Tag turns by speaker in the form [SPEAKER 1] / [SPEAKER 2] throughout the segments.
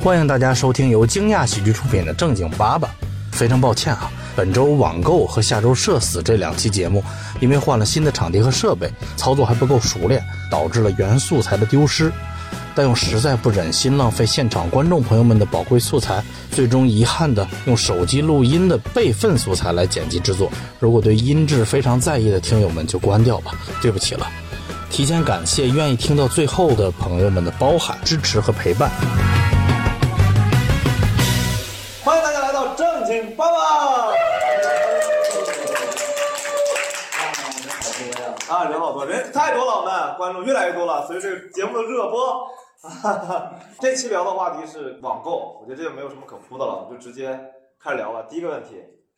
[SPEAKER 1] 欢迎大家收听由惊讶喜剧出品的《正经爸爸》。非常抱歉啊，本周网购和下周社死这两期节目，因为换了新的场地和设备，操作还不够熟练，导致了原素材的丢失。但又实在不忍心浪费现场观众朋友们的宝贵素材，最终遗憾的用手机录音的备份素材来剪辑制作。如果对音质非常在意的听友们就关掉吧，对不起了。提前感谢愿意听到最后的朋友们的包涵、支持和陪伴。
[SPEAKER 2] 欢迎大家来到正经爸爸。啊，人好多，人太多了，我们观众越来越多了，随着这个节目的热播。 这期聊的话题是网购，我觉得这就没有什么可铺的了，我们就直接开始聊吧。第一个问题，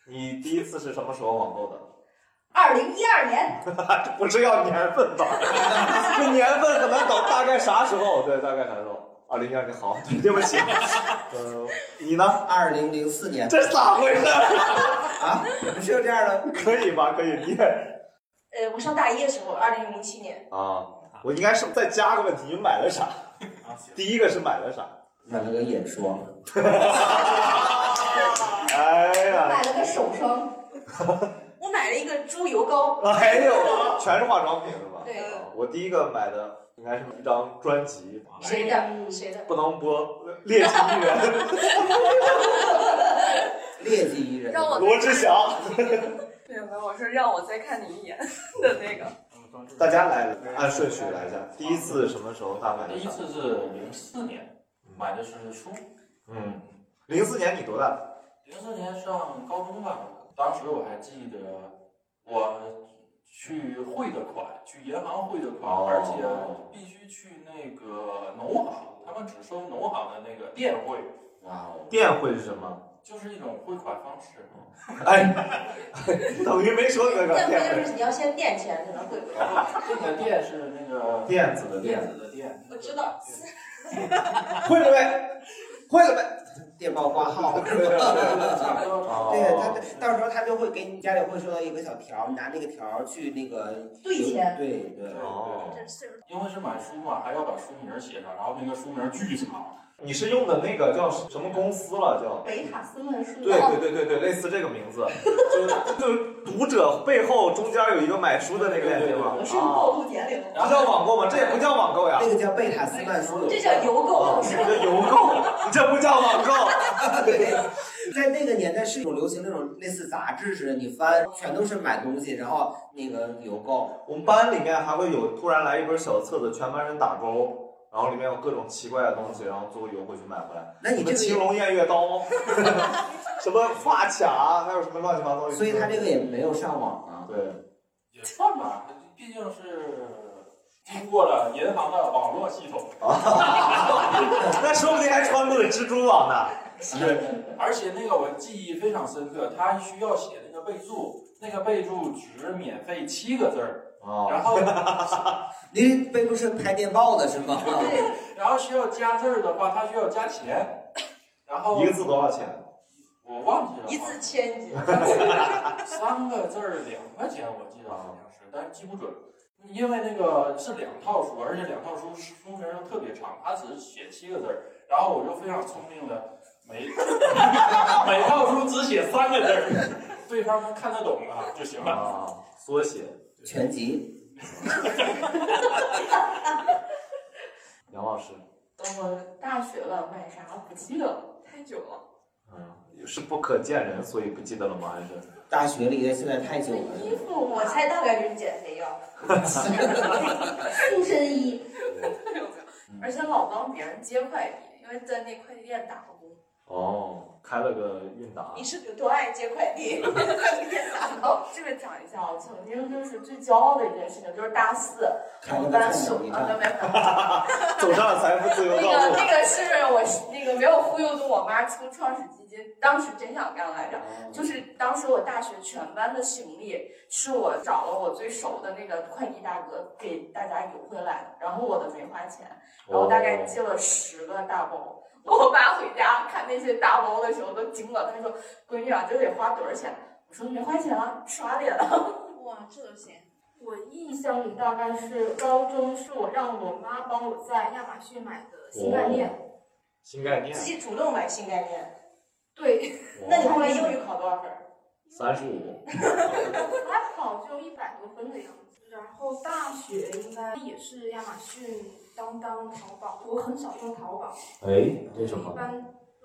[SPEAKER 2] 你第一次是什么时候网购的？
[SPEAKER 3] 二零一二年，
[SPEAKER 2] 这不是要年份吧？ 这年份很难等，大概啥时候？对，大概啥时候？二零一二年，好，对不起。 呃，你呢？
[SPEAKER 4] 二零零四年
[SPEAKER 2] 这咋回事？
[SPEAKER 4] 啊，不是有这样的？
[SPEAKER 2] 可以吧？可以，你也
[SPEAKER 3] 呃，我上大一的时候，二零零七年，
[SPEAKER 2] 啊，我应该是再加个问题，你买了啥？第一个是买了啥？
[SPEAKER 4] 买了个眼霜，
[SPEAKER 2] 哎呀，
[SPEAKER 3] 买了个手 霜，我买了一个猪油膏，
[SPEAKER 2] 哎呦，全是化妆品是吧？
[SPEAKER 3] 对
[SPEAKER 2] 啊我第一个买的应该是一张专辑，
[SPEAKER 3] 谁
[SPEAKER 5] 哎
[SPEAKER 3] 的？谁的？
[SPEAKER 2] 不能播，猎奇艺人
[SPEAKER 4] 劣迹艺人。
[SPEAKER 5] 让我
[SPEAKER 2] 罗志祥，
[SPEAKER 5] 没有没有，我是让我再看你一眼的那 个。
[SPEAKER 2] 大家来按顺序来一下，第一次什么时候大买的
[SPEAKER 6] 第一
[SPEAKER 2] 啥？
[SPEAKER 6] 次是零四年买的是书，
[SPEAKER 2] 嗯，零四年你多大？
[SPEAKER 6] 零四年上高中吧，当时我还记得我去汇的款，去银行汇的款，
[SPEAKER 2] 哦
[SPEAKER 6] 而且必须去那个农行，他们只收农行的那个电汇，
[SPEAKER 4] 哇哦！
[SPEAKER 2] 电汇是什么？
[SPEAKER 6] 就是一种汇款方式。
[SPEAKER 2] 哎， 等于没说那个
[SPEAKER 3] 那
[SPEAKER 2] 电
[SPEAKER 3] 不就
[SPEAKER 2] 汇，
[SPEAKER 3] 是你要先垫钱才能汇回来？
[SPEAKER 6] 这个电是那个
[SPEAKER 2] 电子的电，
[SPEAKER 6] 电子的电，
[SPEAKER 3] 我知道，
[SPEAKER 2] 会了没？会了没？
[SPEAKER 4] 电报挂号。
[SPEAKER 6] 差不多
[SPEAKER 2] 哦
[SPEAKER 4] 对他，到时候他就会给你家里会收到一个小条儿，你拿那个条儿去那个
[SPEAKER 3] 兑钱。
[SPEAKER 4] 对对，
[SPEAKER 2] 哦
[SPEAKER 5] 这岁数
[SPEAKER 6] 因为是买书嘛，还要把书名写上，然后那个书名巨长，
[SPEAKER 2] 你是用的那个叫什么公司了？叫
[SPEAKER 3] 北塔斯曼书哦
[SPEAKER 2] 对对对对对，类似这个名字，就就是读者背后中间有一个买书的那个链接吗？
[SPEAKER 3] 我是
[SPEAKER 2] 啊，
[SPEAKER 3] 暴露年龄了，
[SPEAKER 2] 这叫网购吗？这也不叫网购呀
[SPEAKER 4] 那，个叫贝塔斯曼书。
[SPEAKER 3] 这叫邮购，
[SPEAKER 2] 你这邮购，你这不叫网购。
[SPEAKER 4] 对，在那个年代是一种流行那种类似杂志似的，你翻全都是买东西，然后那个邮购。
[SPEAKER 2] 我们班里面还会有突然来一本小册子，全班人打勾。然后里面有各种奇怪的东西，然后最后邮回去买回来。
[SPEAKER 4] 那你
[SPEAKER 2] 什么
[SPEAKER 4] 这个
[SPEAKER 2] 青
[SPEAKER 4] 也，
[SPEAKER 2] 龙偃月 刀，什么发卡，还有什么乱七八糟的。
[SPEAKER 4] 所以他这个也没有上网啊。
[SPEAKER 2] 对，
[SPEAKER 6] 也算吧，毕竟是经过了银行的网络系统。
[SPEAKER 2] 那说不定还穿过了蜘蛛网呢。
[SPEAKER 6] 而且那个我记忆非常深刻，他需要写那个备注，那个备注只免费七个字儿，
[SPEAKER 2] 啊，
[SPEAKER 6] 然后
[SPEAKER 4] 您备注是拍电报的是吗？
[SPEAKER 6] 然后需要加字儿的话，他需要加钱，然后
[SPEAKER 2] 一个字多少钱？
[SPEAKER 6] 我忘记了，
[SPEAKER 3] 一字千金。
[SPEAKER 6] 三个字儿两块钱，我记得好像
[SPEAKER 2] 哦
[SPEAKER 6] 是，但是记不准。因为那个是两套书，而且两套书书名都特别长，他只是写七个字儿，然后我就非常聪明的， 每 每套书只写三个字儿，对方能看得懂啊就行了。
[SPEAKER 2] 啊，缩写。
[SPEAKER 4] 全集。
[SPEAKER 2] 杨老师，
[SPEAKER 5] 等我
[SPEAKER 3] 大学了，买啥不记得了。
[SPEAKER 5] 太久了，
[SPEAKER 2] 嗯，是不可见人，所以不记得了吗？还是
[SPEAKER 4] 大学里的现在太久了。
[SPEAKER 5] 衣服
[SPEAKER 3] 我
[SPEAKER 5] 我
[SPEAKER 3] 猜大概是减肥 药，
[SPEAKER 4] 嗯
[SPEAKER 3] 护身衣。
[SPEAKER 5] 没有没有，而且老帮别人接快递，因为在那快递店打过工。
[SPEAKER 2] 哦，开了个韵达
[SPEAKER 3] 你是有多爱接快递？快递店打 工。
[SPEAKER 5] 哦，这个讲一下，我曾经就是最骄傲的一件事情，就是大四，
[SPEAKER 4] 开
[SPEAKER 5] 我
[SPEAKER 4] 了
[SPEAKER 5] 们
[SPEAKER 4] 个
[SPEAKER 5] 班
[SPEAKER 4] 菜
[SPEAKER 5] 是，
[SPEAKER 4] 鸟
[SPEAKER 5] 啊，没
[SPEAKER 4] 驿站
[SPEAKER 5] 有没有。
[SPEAKER 2] 走上了财富自由
[SPEAKER 5] 那
[SPEAKER 2] 道
[SPEAKER 5] 个
[SPEAKER 2] 路。
[SPEAKER 5] 那个是我那个没有忽悠动我妈出创始基金，当时真想干来着。就是当时我大学全班的行李是我找了我最熟的那个快递大哥给大家邮回来的，然后我的没花钱，然后大概
[SPEAKER 2] 哦
[SPEAKER 5] 寄了十个大包。我爸回家看那些大包的时候都惊了，他说：“闺女啊，这得花多少钱？”我说：“没花钱啊，刷 脸啊。”
[SPEAKER 3] 哇，这都行。
[SPEAKER 7] 我印象里大
[SPEAKER 2] 哦
[SPEAKER 7] 概是高中，是我让我妈帮我在亚马逊买的新概念，
[SPEAKER 2] 新概念
[SPEAKER 6] 自己主动买新概念。
[SPEAKER 3] 对，
[SPEAKER 6] 那你后来英语考多少分儿？
[SPEAKER 2] 三十五，
[SPEAKER 7] 还好就一百多分的样子。然后大学应该也是亚马逊、当当、淘宝，我很少用淘宝，
[SPEAKER 2] 哎，为什
[SPEAKER 7] 一
[SPEAKER 2] 么？
[SPEAKER 7] 般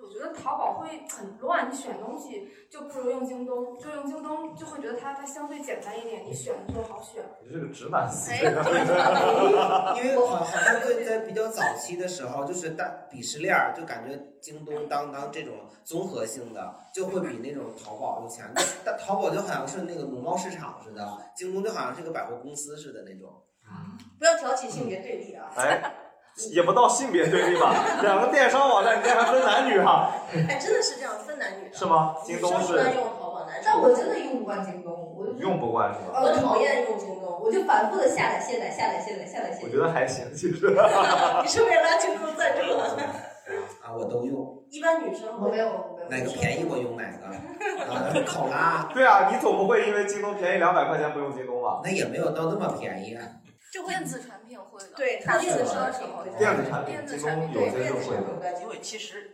[SPEAKER 7] 我觉得淘宝会很乱，你选东西就不如用京东，就用京东就会觉得它它相对简单一点，你选的时候好选。
[SPEAKER 2] 你是个直男思
[SPEAKER 3] 哎
[SPEAKER 2] 维，
[SPEAKER 4] 因为好好像对在比较早期的时候，就是大鄙视链儿，就感觉京东、当当这种综合性的，就会比那种淘宝有钱。但淘宝就好像是那个农贸市场似的，京东就好像是个百货公司似的那种。
[SPEAKER 6] 不要挑起性别对立 啊！
[SPEAKER 2] 哎，也不到性别对立吧？两个电商网站，你这还分男女哈、
[SPEAKER 6] 哎，真的是这样分男女的。
[SPEAKER 2] 是吗？京
[SPEAKER 6] 女
[SPEAKER 2] 东
[SPEAKER 6] 生一般
[SPEAKER 2] 是
[SPEAKER 6] 用淘宝，男生
[SPEAKER 8] 但我真的用不惯京东，我就
[SPEAKER 2] 用不惯是吧？
[SPEAKER 6] 我呃讨厌用京东。
[SPEAKER 8] 我就反复的下载、卸载、下载、卸载、下载、卸
[SPEAKER 2] 我
[SPEAKER 8] 载
[SPEAKER 2] 觉。得还行，其实。
[SPEAKER 6] 你是不是拉京东赞助啊？
[SPEAKER 4] 啊，我都用，
[SPEAKER 6] 一般女生
[SPEAKER 8] 我没
[SPEAKER 6] 会
[SPEAKER 8] 有，我没有。
[SPEAKER 4] 哪个便宜我用哪个。啊，考拉
[SPEAKER 2] 对啊，你总不会因为京东便宜两百块钱不用京东吧？
[SPEAKER 4] 那也没有到那么便宜。
[SPEAKER 6] 就会
[SPEAKER 3] 电子产品会的。
[SPEAKER 6] 对
[SPEAKER 3] 大
[SPEAKER 6] 他
[SPEAKER 3] 部
[SPEAKER 6] 电
[SPEAKER 3] 分
[SPEAKER 6] 子
[SPEAKER 3] 时候
[SPEAKER 6] 商
[SPEAKER 3] 是
[SPEAKER 6] 品
[SPEAKER 3] 会
[SPEAKER 6] 会
[SPEAKER 3] 的
[SPEAKER 2] 电子产品，
[SPEAKER 3] 电子
[SPEAKER 2] 京
[SPEAKER 3] 产
[SPEAKER 2] 东
[SPEAKER 3] 品
[SPEAKER 2] 有
[SPEAKER 6] 对
[SPEAKER 2] 些
[SPEAKER 6] 电
[SPEAKER 2] 是
[SPEAKER 6] 子
[SPEAKER 2] 会
[SPEAKER 6] 产
[SPEAKER 2] 的。
[SPEAKER 6] 品会的
[SPEAKER 9] 因为其实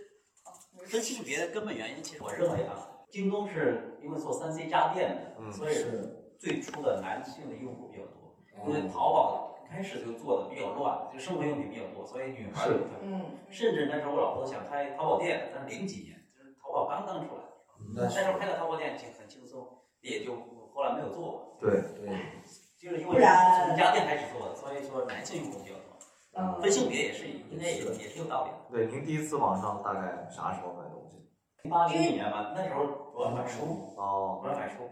[SPEAKER 9] 分性别的根本原因，其实我认为啊，京东是因为做三 C 家电的，
[SPEAKER 2] 嗯
[SPEAKER 9] 所以最初的男性的用户比较多。因为淘宝开始就做的比较乱，就生活用品比较多，所以女孩儿
[SPEAKER 2] 是
[SPEAKER 6] 嗯，
[SPEAKER 9] 甚至那时候我老婆想开淘宝店，但是零几年，就是淘宝刚刚出来，
[SPEAKER 2] 嗯
[SPEAKER 4] 那
[SPEAKER 9] 那
[SPEAKER 4] 是
[SPEAKER 9] 时候开的淘宝店就很轻松，也就后来没有做，
[SPEAKER 2] 对，
[SPEAKER 4] 对，
[SPEAKER 9] 就是因为
[SPEAKER 6] 不然
[SPEAKER 9] 从家电开始做的，所以说男性用户比较多。
[SPEAKER 6] 嗯
[SPEAKER 9] 分性别也是应该也也是有道理的。
[SPEAKER 2] 对，您第一次网上大概啥时候买东西？哦
[SPEAKER 9] 零八零几年吧，那时候主要买书，
[SPEAKER 2] 哦，
[SPEAKER 9] 主要买书。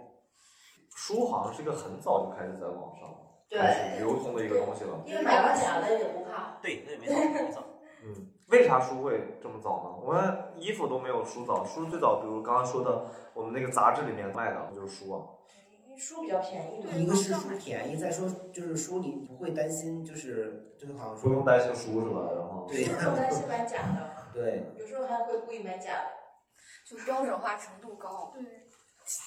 [SPEAKER 2] 书好像是一个很早就开始在网上开始
[SPEAKER 8] 对，
[SPEAKER 2] 流通的一个东西了。
[SPEAKER 6] 因为买完假的也不怕。
[SPEAKER 9] 对，那也没错，没错。
[SPEAKER 2] 嗯，为啥书会这么早呢？我们衣服都没有书早，书最早，比如刚刚说的，我们那个杂志里面卖的就是书啊。
[SPEAKER 6] 因为书比较便宜嘛。
[SPEAKER 4] 一个是书便宜，再说就是书你不会担心，就是就是好像
[SPEAKER 2] 不用
[SPEAKER 4] 说
[SPEAKER 2] 担心书是吧？然后
[SPEAKER 4] 对
[SPEAKER 6] 有时候还是买假的，
[SPEAKER 4] 对。
[SPEAKER 6] 有时候还会故意买假的。
[SPEAKER 3] 就标准化程度高。
[SPEAKER 7] 对，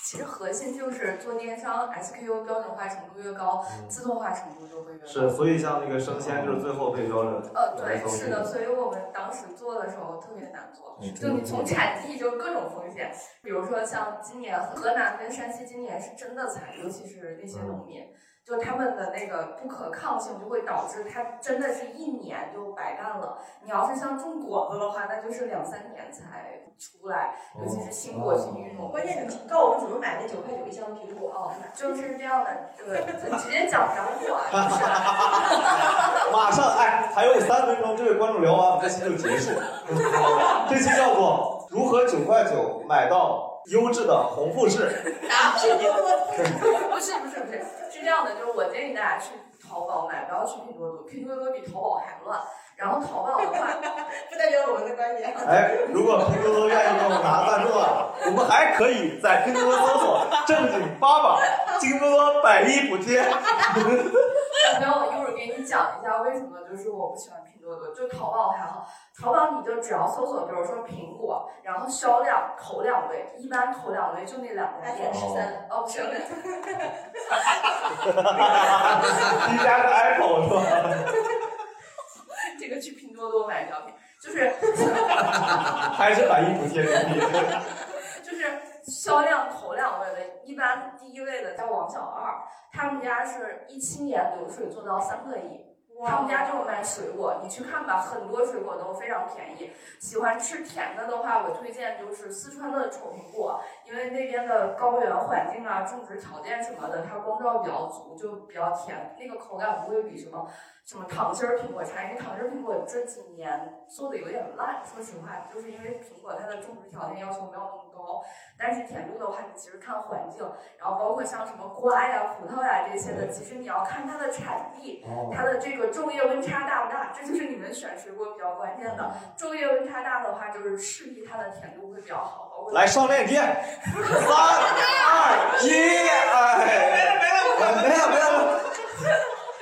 [SPEAKER 3] 其实核心就是做电商，SKU 标准化程度越高，
[SPEAKER 2] 嗯
[SPEAKER 3] 自动化程度就会越高。
[SPEAKER 2] 是，所以像那个生鲜就是最后被标准。
[SPEAKER 3] 呃，对，是哎的，所以我们当时做的时候特别难做，
[SPEAKER 2] 嗯
[SPEAKER 3] 就你从产地就各种风险，比如说像今年河南跟山西今年是真的惨，尤其是那些农民，就他们的那个不可抗性就会导致他真的是一年就白干了。你要是像种果子的话，那就是两三年才出来，尤其是新果群育种。
[SPEAKER 6] 关键你告诉我们怎么买那九块九一箱的苹果
[SPEAKER 3] 哦，就是这样的，对，就直接讲讲我， 就是
[SPEAKER 2] 马上，哎，还有三分钟，这位观众聊完，我们这期就结 束。这期叫做“如何九块九买到优质的红富士
[SPEAKER 6] 啊，是不
[SPEAKER 3] 不是不是不是，是这样的，就是我建议大家去淘宝买，不要去拼多多，拼多多比淘宝还乱。然后淘宝的话，
[SPEAKER 6] 不代表我们的观点”。。
[SPEAKER 2] 哎，如果拼多多愿意给我们拿赞助啊，我们还可以在拼多多搜索“正经八百”，拼多多百亿补贴。
[SPEAKER 3] 然后我一会儿给你讲一下为什么，就是我不喜欢拼多多，就淘宝还好。淘宝你就只要搜索，比如说苹果，然后销量头两位，一般头两位就那两家店。
[SPEAKER 6] iPhone 十三，
[SPEAKER 3] 哦， 不是，
[SPEAKER 2] 一家是 Apple 是吧？
[SPEAKER 3] 这个去拼多多买比较便宜，就是
[SPEAKER 2] 还是百亿补贴牛逼？
[SPEAKER 3] 就是销量头两位的，一般第一位的叫王小二，他们家是一七年流水做到三个亿。他们家就是
[SPEAKER 8] 哦
[SPEAKER 3] 卖水果，你去看吧，很多水果都非常便宜。喜欢吃甜的的话，我推荐就是四川的丑苹果，因为那边的高原环境啊、种植条件什么的，它光照比较足，就比较甜，那个口感不会比什么什么糖心儿苹果差。因为糖心儿苹果这几年做的有点烂，说实话，就是因为苹果它的种植条件要求没有那么高。但是甜度的话，你其实看环境，然后包括像什么瓜呀、葡萄呀这些的，其实你要看它的产地。它的这个昼夜温差大不大，这就是你们选水果比较关键的。昼夜温差大的话，就是势必它的甜度会比较好。包括
[SPEAKER 2] 来上链接，三二一，哎，没了没了没了没了，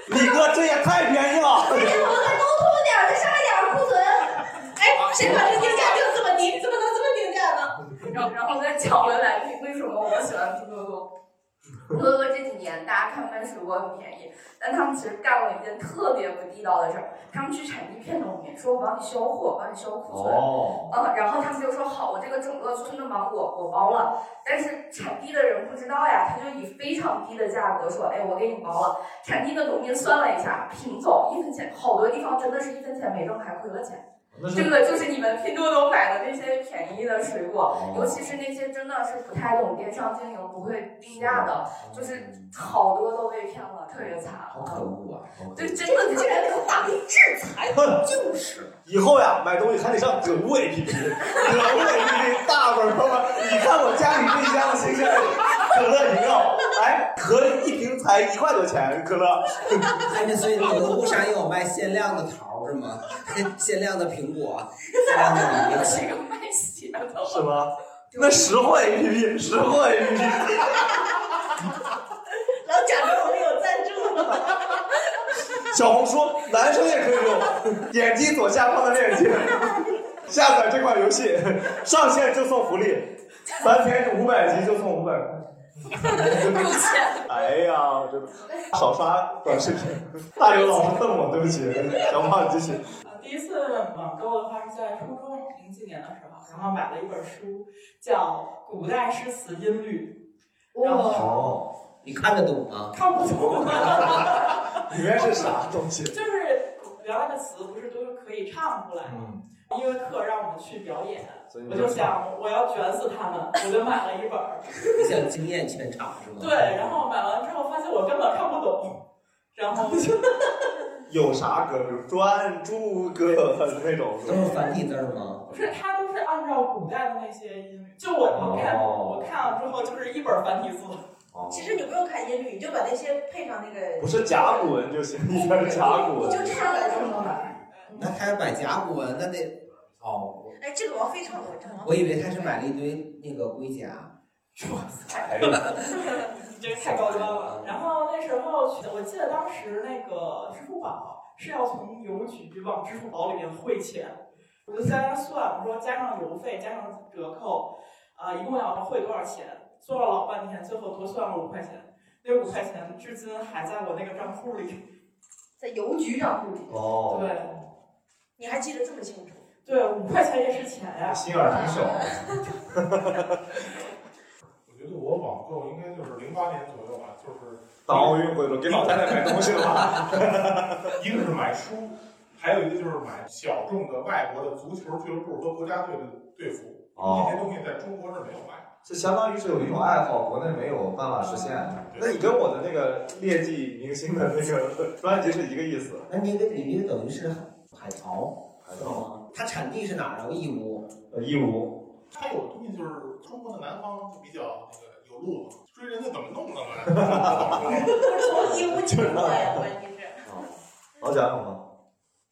[SPEAKER 2] 李哥这也太便宜了，
[SPEAKER 8] 哎，我再沟通点儿，再上一点儿库存。
[SPEAKER 6] 哎，谁把这定价定这么低？怎么能这么定价呢？
[SPEAKER 3] 然后然后再讲回来，为什么我不喜欢拼多多？
[SPEAKER 10] 德国这几年大家看卖水果很便宜，但他们其实干过一件特别不地道的事儿，他们去产地骗农民，说我帮你销货，帮你销库存。
[SPEAKER 9] 哦，
[SPEAKER 10] 嗯，然后他们就说好，我这个整个村的芒果我包了，但是产地的人不知道呀，他就以非常低的价格说，哎，我给你包了。产地的农民算了一下，品种一分钱，好多地方真的是一分钱没挣还亏了钱。
[SPEAKER 2] 那
[SPEAKER 10] 这
[SPEAKER 2] 是
[SPEAKER 10] 个就是你们拼多多买的那些便宜的水果，
[SPEAKER 9] 哦
[SPEAKER 10] 尤其是那些真的是不太懂电商经营、不会定价的，就是好多都被骗了，特别惨。
[SPEAKER 4] 好可恶啊！
[SPEAKER 10] 对，真的
[SPEAKER 3] 竟然能化为制裁，
[SPEAKER 4] 就是，
[SPEAKER 2] 以后呀，买东西还得上得物 APP，得物 APP 大本儿吧？你看我家里冰箱的新鲜可乐饮料，哎，可一瓶才一块多钱，可乐。
[SPEAKER 4] 哎，那所以你们路上也有卖限量的桃儿是吗？ 限量的苹果，限量的梨。
[SPEAKER 10] 这个卖血的。
[SPEAKER 2] 是吗？那识货 APP，识货 APP，
[SPEAKER 3] 老贾给我们有赞助了，
[SPEAKER 2] 小红书，男生也可以用，点击左下方的链接，下载这款游戏，上线就送福利，三天五百级就送五百块。
[SPEAKER 10] 有钱，
[SPEAKER 2] 哎呀，我真的少刷短视频。大刘老师瞪我，对不起，小胖继续。
[SPEAKER 11] 啊，第一次网购的话是在初中零几年的时候，然后买了一本书，叫《古代诗词音律》，然后
[SPEAKER 2] 哦，
[SPEAKER 4] 你看得懂啊吗？
[SPEAKER 11] 看不懂，
[SPEAKER 2] 里面是啥东西？
[SPEAKER 11] 就是原来的词不是都可以唱出来吗？
[SPEAKER 2] 嗯，
[SPEAKER 11] 音乐课让我们去表演，
[SPEAKER 2] 所以
[SPEAKER 11] 我就想我要卷死他们，我就买了一本儿。
[SPEAKER 4] 你想惊艳全场是吗？
[SPEAKER 11] 对，然后买完之后发现我根本看不懂，然后就
[SPEAKER 2] 有啥歌？比如专注歌那种。
[SPEAKER 4] 都是繁体字儿吗？
[SPEAKER 11] 不是它都是按照古代的那些音律，就我我看
[SPEAKER 9] 哦
[SPEAKER 11] 我看了之后就是一本儿繁体字。
[SPEAKER 9] 哦
[SPEAKER 3] 其实你不用看音律，你就把那些配上那个，
[SPEAKER 2] 不是甲骨文就行，一边甲骨
[SPEAKER 3] 你
[SPEAKER 2] 文。
[SPEAKER 3] 就插在上头了。
[SPEAKER 4] 那他要买甲骨文，那得，
[SPEAKER 9] 哦，我
[SPEAKER 3] 哎，这个王菲唱的，我唱
[SPEAKER 4] 我以为他是买了一堆那个龟甲。
[SPEAKER 9] 哎呀，
[SPEAKER 11] 你这太高端了。然后那时候去，我记得当时那个支付宝是要从邮局往支付宝里面汇钱，我就在那算，我说加上邮费，加上折扣，啊、一共要汇多少钱？算了老半天，最后多算了五块钱。那五块钱至今还在我那个账户里。
[SPEAKER 3] 在邮局账户里，
[SPEAKER 2] 哦，
[SPEAKER 11] 对
[SPEAKER 3] 你还记得这么清楚？
[SPEAKER 11] 对，五块钱也是钱呀、
[SPEAKER 2] 心眼儿挺小。
[SPEAKER 12] 我觉得我网购应该就是零八年左右吧，就是
[SPEAKER 2] 当奥运会的时候，给老太太买东西了吧？
[SPEAKER 12] 一个是买书，还有一个就是买小众的外国的足球俱乐部和国家队的队服，
[SPEAKER 2] 哦
[SPEAKER 12] 那些东西在中国是没有卖的。
[SPEAKER 2] 这相当于是有一种爱好，国内没有办法实现的。那你跟我的那个劣迹明星的那个专辑是一个意思。
[SPEAKER 4] 那你这个你这个等于是海淘，
[SPEAKER 2] 还
[SPEAKER 4] 知道吗？它产地是哪儿啊？义乌。
[SPEAKER 2] 呃，义乌
[SPEAKER 12] 它有的东西就是中国的南方就比较那个有路子，追人家怎么弄的嘛，不好说 了
[SPEAKER 3] 从义乌进过来的，关键是。
[SPEAKER 2] 老贾有吗？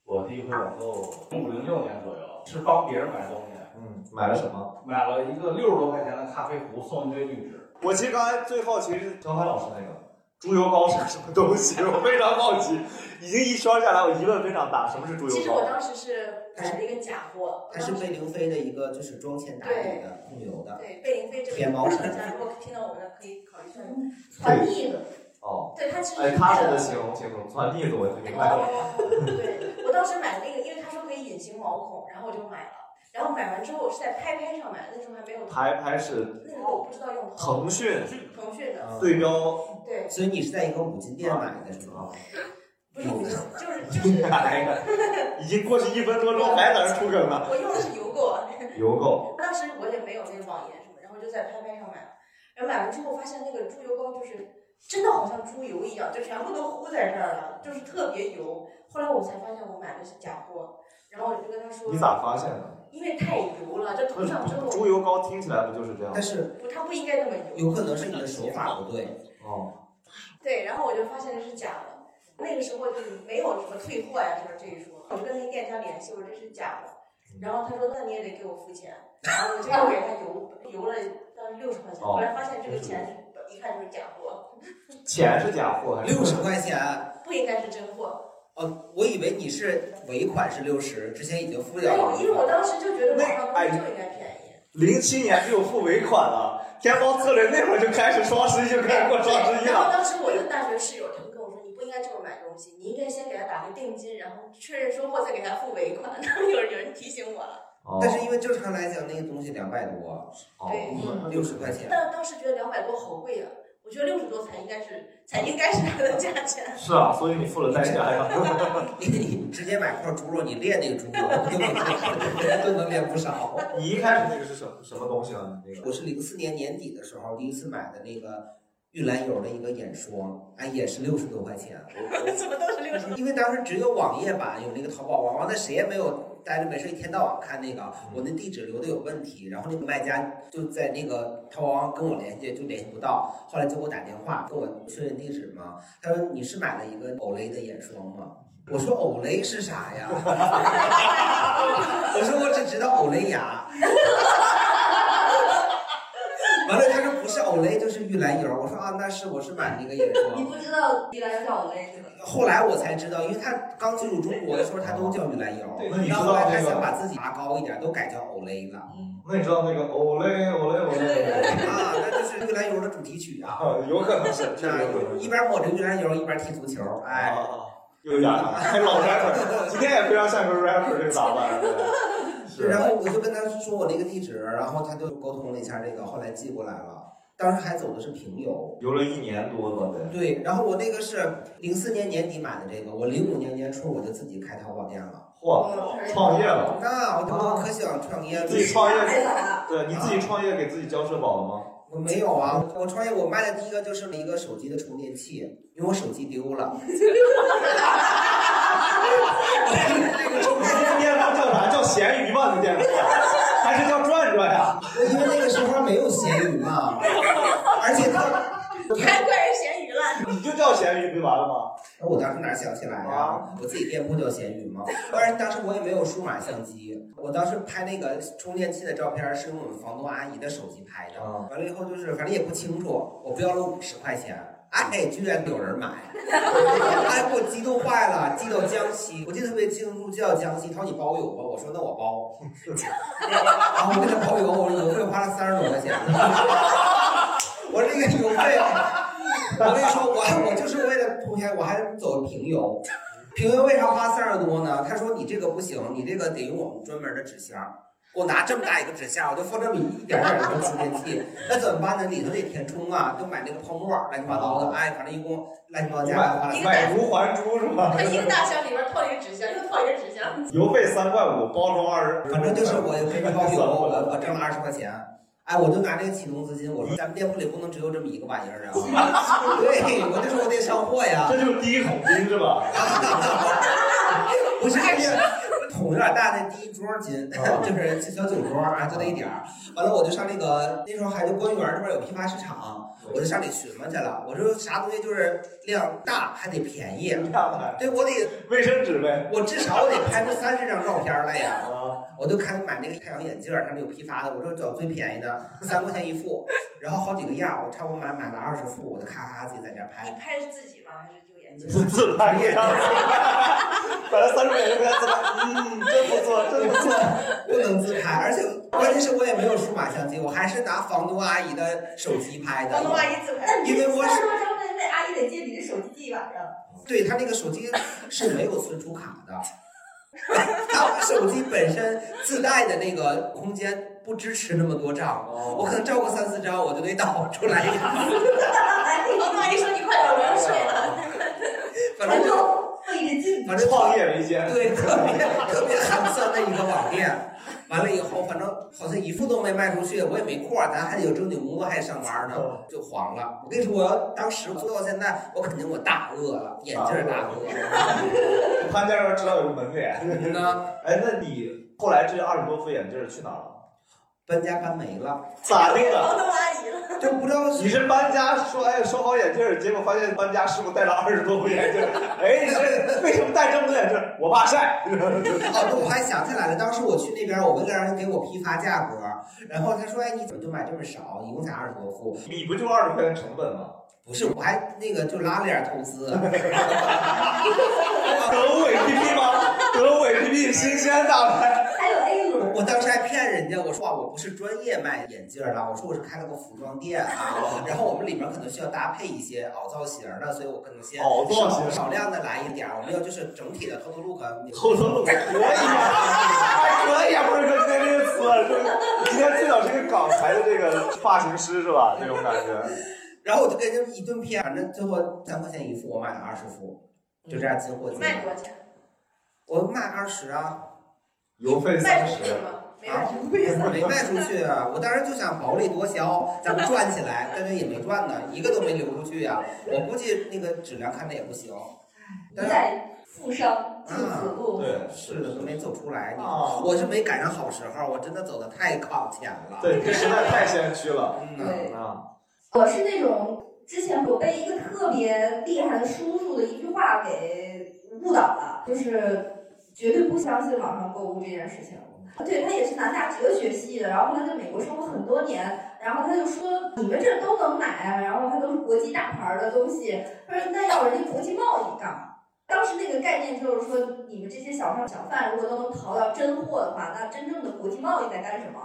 [SPEAKER 9] 我第一回网购零五零六年左右，是帮别人买东西，
[SPEAKER 2] 嗯，买了什么？
[SPEAKER 9] 买了一个六十多块钱的咖啡壶，送一堆绿植。
[SPEAKER 2] 我其实刚才最好奇是张帆老师那个猪油膏是个什么东西，我非常好奇。已经一圈下来，我疑问非常大，什么是猪
[SPEAKER 3] 其
[SPEAKER 2] 油
[SPEAKER 3] 实我
[SPEAKER 2] 膏？
[SPEAKER 3] 当时是买了一个假货，
[SPEAKER 4] 它是贝玲妃的一个就是妆前打理的控油的。
[SPEAKER 3] 嗯对贝玲妃这
[SPEAKER 4] 舔
[SPEAKER 3] 个
[SPEAKER 4] 毛
[SPEAKER 3] 厂
[SPEAKER 4] 神
[SPEAKER 3] 家，如果听到我们的可以考虑一下。传腻子，
[SPEAKER 2] 哦，
[SPEAKER 3] 对它其实
[SPEAKER 2] 哎，
[SPEAKER 3] 是哦
[SPEAKER 2] 他这个形容形容，算腻子我就明白了。
[SPEAKER 3] 对，我当时买那个，因为他说可以隐形毛孔，然后我就买了。然后买完之后，我是在拍拍上买的，那时候还没有
[SPEAKER 2] 拍拍是
[SPEAKER 3] 那个我不知道用腾
[SPEAKER 2] 腾讯
[SPEAKER 3] 腾讯的，嗯
[SPEAKER 2] 对标，
[SPEAKER 3] 对，
[SPEAKER 4] 嗯所以你是在一个五金店买的是吗？
[SPEAKER 3] 不是就是 就是，
[SPEAKER 2] 哎呀，已经过去一分多钟，还在那出梗呢。
[SPEAKER 3] 我用的是邮购，
[SPEAKER 2] 邮购，
[SPEAKER 3] 当时我也没有那个网银什么，然后就在拍拍上买了。然后买完之后，发现那个猪油膏就是真的好像猪油一样，就全部都糊在这儿了，就是特别油。后来我才发现我买的是假货，然后我就跟他说
[SPEAKER 2] 你，咋发现的？
[SPEAKER 3] 因为太油了，这涂上之后
[SPEAKER 2] 猪油膏听起来不就是这样吗
[SPEAKER 4] 但？是
[SPEAKER 3] 不，它不应该那么油。
[SPEAKER 4] 有可能是你的手法不对。
[SPEAKER 2] 哦，
[SPEAKER 3] 对，然后我就发现这是假的。那个时候就是没有什么退货呀、什么这一说，我就跟那个店家联系，我说这是假的。然后他说那你也得给我付钱，然后我就又给他邮邮了当时六十块钱，
[SPEAKER 2] 哦
[SPEAKER 3] 后来发现这个钱一看就是假货，
[SPEAKER 2] 钱是假货还是
[SPEAKER 4] 六十？块钱，
[SPEAKER 3] 不应该是真货。
[SPEAKER 4] 哦，我以为你是尾款是六十，之前已经付
[SPEAKER 3] 没
[SPEAKER 4] 掉
[SPEAKER 3] 有，
[SPEAKER 4] 了。
[SPEAKER 2] 哎
[SPEAKER 3] 因为我当时就觉得网上东西就应该便宜。
[SPEAKER 2] 零七年就有付尾款了，天猫 策略那会儿就开始双十一就开始过双十一
[SPEAKER 13] 然后
[SPEAKER 2] 了。
[SPEAKER 13] 当时我一个大学室友，他们跟我说，你不应该这么买东西，你应该先给他打个定金，然后确认收货再给他付尾 款。然后有人有人提醒我了，
[SPEAKER 2] 哦
[SPEAKER 4] 但是因为正常来讲，那个东西两百多，
[SPEAKER 13] 对
[SPEAKER 4] 六十块钱。
[SPEAKER 13] 但当时觉得两百多好贵啊，我觉得六十多才应该是才应该是它的价钱。
[SPEAKER 2] 是啊，所以你付了代价呀。
[SPEAKER 4] 你你直接买块猪肉，你练那个猪肉，都能练 不少。
[SPEAKER 2] 你一开始那个是什什么东西啊？那
[SPEAKER 4] 我是零四年年底的时候第一次买的那个玉兰油的一个眼霜，哎，也是六十多 块钱。
[SPEAKER 13] 怎么都是六十？
[SPEAKER 4] 因为当时只有网页版有那个淘宝网，完了谁也没有待着没事一天到晚看那
[SPEAKER 13] 嗯
[SPEAKER 4] 个，我那地址留的有问题，然后那个卖家就在那个淘宝网跟我联系，就联系不到，后来就给我打电话跟我确认地址嘛，他说你是买了一个欧蕾的眼霜吗？我说欧蕾是啥呀？我说我只知道欧蕾雅。完了，他说不是欧蕾就是玉兰油，我说啊那是我是买那个眼霜。
[SPEAKER 3] 你不知道迪兰叫我嘞？
[SPEAKER 4] 后来我才知道，因为他刚进入中国的时候，他都叫玉兰油
[SPEAKER 2] 对那你，知
[SPEAKER 4] 然
[SPEAKER 2] 道
[SPEAKER 4] 后后来
[SPEAKER 2] 那
[SPEAKER 4] 他
[SPEAKER 2] 个
[SPEAKER 4] 想把自己拔高一点，都改叫欧蕾了。
[SPEAKER 2] 那你知道那个欧嘞欧嘞欧嘞？
[SPEAKER 4] 啊，那就是玉兰油的主题曲啊。
[SPEAKER 2] 啊， 有可能是，这个有可
[SPEAKER 4] 那
[SPEAKER 2] 能
[SPEAKER 4] 一
[SPEAKER 2] 是。
[SPEAKER 4] 边抹着玉兰油，一边踢足球，
[SPEAKER 14] 哦
[SPEAKER 4] 哎，
[SPEAKER 2] 又压了，还哎老 rapper，今天也非常像个 rapper，这个啊咋办？ 是啊
[SPEAKER 4] 然后我就跟他说我那个地址，然后他就沟通了一下这个，后来寄过来了。当时还走的是平邮，
[SPEAKER 2] 游了一年多了得。
[SPEAKER 4] 对。然后我那个是零四年年底买的这个，我零五年年初我就自己开淘宝店了。
[SPEAKER 2] 嚯，创业了，
[SPEAKER 4] 那我他妈可想创业了，
[SPEAKER 2] 自己创业，对你自己创业给自己交社保了吗？
[SPEAKER 4] 我没有啊，我创业我卖的第一个就是一个手机的充电器，因为我手机丢了。 那个充
[SPEAKER 2] 那个电话叫啥？叫咸鱼吧？那电话还是叫转转呀？
[SPEAKER 4] 因为那个时候没有闲鱼嘛，而且他
[SPEAKER 13] 还怪人咸鱼了。
[SPEAKER 2] 你就叫咸鱼不就完了吗？
[SPEAKER 4] 我当时哪想起来啊？我自己店铺叫闲鱼嘛，而且当时我也没有数码相机，我当时拍那个充电器的照片是用我们房东阿姨的手机拍的，完了以后就是反正也不清楚，我标了五十块钱，哎，居然有人买， 哎，给我激动坏了，寄到江西，我记得特别清楚，寄到江西，他说你包邮吧，我说那我包， 然后我给他包邮，我邮费花了三十多块钱， 我这个邮费啊，我跟你说，我我就是为了图钱，我还走平邮。平邮为啥花三十多呢？他说你这个不行，你这个得用我们专门的纸箱。我拿这么大一个纸箱，我就放这么一点点的充电器，那怎么办呢？里头得填充啊，就买那个泡沫，乱七八糟的，哎，反正一共乱七八糟加花了
[SPEAKER 2] 买买如还珠是吧
[SPEAKER 13] 他？一个大箱里边套一个纸箱，又套一个纸箱。
[SPEAKER 2] 邮费三块五，包装二十，
[SPEAKER 4] 反正就是我这个包邮，我我挣了二十块钱，哎，我就拿这个启动资金，我说咱们店铺里不能只有这么一个玩意儿啊，对，我就说我得上货呀，
[SPEAKER 2] 这就是第一桶金是吧？
[SPEAKER 4] 不是那个 桶有点大，那第一桌金 就是小酒桌啊，就那一点儿。完了，我就上那个那时候还就官园那边有批发市场，我就上里寻摸去了。我说啥东西就是量大还得便宜，对我得
[SPEAKER 2] 卫生纸呗。
[SPEAKER 4] 我至少我得拍出三十张照片来呀。我就看买那个太阳眼镜儿，他们有批发的，我说找最便宜的，三块钱一副，然后好几个样儿，我差不多买买了二十副，我就咔咔自己在家
[SPEAKER 13] 你
[SPEAKER 4] 拍。
[SPEAKER 13] 拍是自己吗？还是有眼镜？
[SPEAKER 2] 自拍呀，买了三十块钱给他自拍， 嗯，真不错，真不错。
[SPEAKER 4] 不能自拍，而且关键是我也没有数码相机，我还是拿房东阿姨的手机拍的。
[SPEAKER 13] 房东阿姨自拍。
[SPEAKER 4] 因为我
[SPEAKER 3] 三
[SPEAKER 4] 是
[SPEAKER 3] 十多张那那阿姨得借你的手机借一晚上。
[SPEAKER 4] 对他那个手机是没有存储卡的，他手机本身自带的那个空间不支持那么多张，
[SPEAKER 2] 哦
[SPEAKER 4] 我可能照个三四张我就得导出来一个。
[SPEAKER 13] 房东阿姨说你快点，我要睡了。
[SPEAKER 4] 反正就
[SPEAKER 3] 费着劲。
[SPEAKER 4] 反正
[SPEAKER 2] 创业维艰，
[SPEAKER 4] 对，特别特别寒酸的一个网店。完了以后，反正好像一副都没卖出去，我也没空儿，咱还得有正经工作，还得上班呢，就黄了。我跟你说，我要当时做到现在，我肯定我大饿了，眼镜儿大饿
[SPEAKER 2] 潘家园知道有个门脸。
[SPEAKER 4] 呢，
[SPEAKER 2] 哎，那你后来这二十多副眼镜儿去哪儿了？
[SPEAKER 4] 搬家搬没了，
[SPEAKER 2] 咋的
[SPEAKER 13] 房
[SPEAKER 2] 了？
[SPEAKER 13] 东阿姨了。
[SPEAKER 4] 就不知道
[SPEAKER 2] 你
[SPEAKER 4] 是
[SPEAKER 2] 是搬家说哎收好眼镜儿，结果发现搬家师傅带了二十多副眼镜儿。哎，你这为什么带这么多眼镜儿？我怕 晒。
[SPEAKER 4] 哦，对，我还想起来了，当时我去那边，我问让人给我批发价格，然后他说，哎，你怎么就买这么少？一共才二十多副。
[SPEAKER 2] 你不就二十块钱成本吗？
[SPEAKER 4] 不是，我还那个就拉了点儿投资，
[SPEAKER 2] 德物 APP 吗？德物 APP 新鲜大牌。
[SPEAKER 3] 还有 A 轮
[SPEAKER 4] 我当时还骗人家，我说啊，我不是专业卖眼镜的，我说我是开了个服装店啊，然后我们里面可能需要搭配一些凹造型的，所以我可能先
[SPEAKER 2] 凹造型
[SPEAKER 4] 少少量的来一点儿，我们要就是整体的 total look。
[SPEAKER 2] total look 可以啊，可以啊，不是哥今天这个词啊，这个今天最早是个港台的这个发型师是吧？这种感觉。
[SPEAKER 4] 然后我就跟人家一顿骗，反正最后三块钱一副，我买了二十副，就这样进货
[SPEAKER 13] 你
[SPEAKER 4] 进
[SPEAKER 13] 嗯卖
[SPEAKER 4] 来。
[SPEAKER 13] 多少钱？
[SPEAKER 4] 我卖二十啊，
[SPEAKER 2] 邮费
[SPEAKER 13] 卖出去吗？没卖出去。
[SPEAKER 4] 没卖出去啊！我当时就想薄利多销，咱们赚起来，但是也没赚呢，一个都没流出去呀、我估计那个质量看着也不行。但是
[SPEAKER 3] 在富商进子路，
[SPEAKER 4] 对，是的，都没走出来。
[SPEAKER 2] 啊
[SPEAKER 13] 哦
[SPEAKER 4] 我是没赶上好时候，我真的走的太靠前了。
[SPEAKER 2] 对，这实在太先驱了。
[SPEAKER 3] 对
[SPEAKER 2] 嗯啊，
[SPEAKER 3] 我是那种之前我被一个特别厉害的叔叔的一句话给误导了，就是绝对不相信网上购物这件事情。对他也是南大哲学系的，然后他在美国生活很多年，然后他就说你们这都能买啊，然后他都是国际大牌儿的东西，他说那要人家国际贸易干嘛？当时那个概念就是说，你们这些小商小贩如果都能淘到真货的话，那真正的国际贸易在干什么？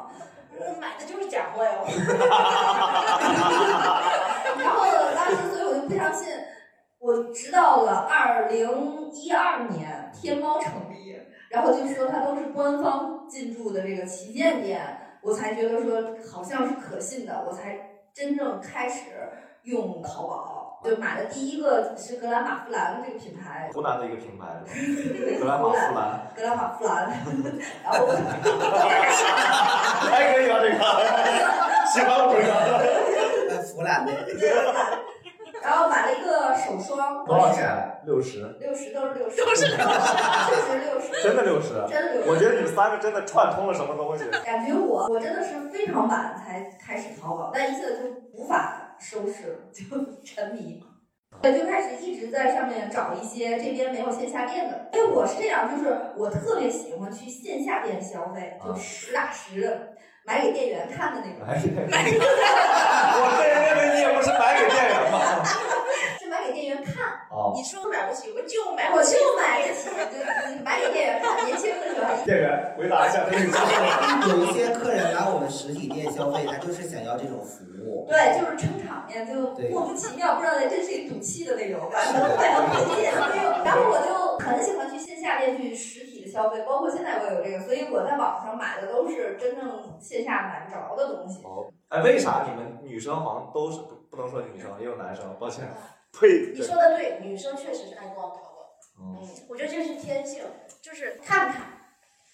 [SPEAKER 3] 呃买的就是假货呀！ 然后当时，所以我就不相信。我直到了二零一二年天猫成立，然后就说它都是官方进驻的这个旗舰店，我才觉得说好像是可信的，我才真正开始用淘宝。就买的第一个是格兰玛芙兰这个品牌，
[SPEAKER 2] 湖南的一个品牌是吧？格兰玛芙兰，
[SPEAKER 3] 格兰玛芙兰， 然后我
[SPEAKER 2] 还可以啊，这个喜欢我这个。
[SPEAKER 4] 呃，弗兰的
[SPEAKER 3] 然后买了一个手霜，
[SPEAKER 2] 多少钱？六十，
[SPEAKER 3] 六十都是六十，都是六十，六十，
[SPEAKER 2] 真的六十。
[SPEAKER 3] 真的六十。
[SPEAKER 2] 我觉得你们三个真的串通了什么东西。
[SPEAKER 3] 感觉我我真的是非常晚才开始淘宝，但一下就无法收拾，就沉迷。我就开始一直在上面找一些这边没有线下店的，因为我是这样，就是我特别喜欢去线下店消费，
[SPEAKER 2] 啊
[SPEAKER 3] 就实打实的买给店员看的那种，
[SPEAKER 2] 哎，我个人认为你也不是买给店员吧？
[SPEAKER 3] 是买给店员看，
[SPEAKER 2] 哦
[SPEAKER 13] 你说我买不起，我就买
[SPEAKER 3] 我就买得起，对，买给店员看。年轻的时候，
[SPEAKER 2] 店员回答一下这个情况。
[SPEAKER 4] 有一些客人来我们实体店消费，他就是想要这种服务。
[SPEAKER 3] 对，就是撑场面，就莫名其妙，不知道哎在这是一赌气的那种，反正不太能理解。然后我就很喜欢去线下店去实体的消费，包括现在我有这个，所以我在网上买的都是真正线下买不着的东西。
[SPEAKER 2] 哎，为啥你们女生好像都是不不能说女生，也有男生，抱歉，呸。
[SPEAKER 13] 你说的对，女生确实是爱逛淘宝。嗯，我觉得这是天性，就是看看。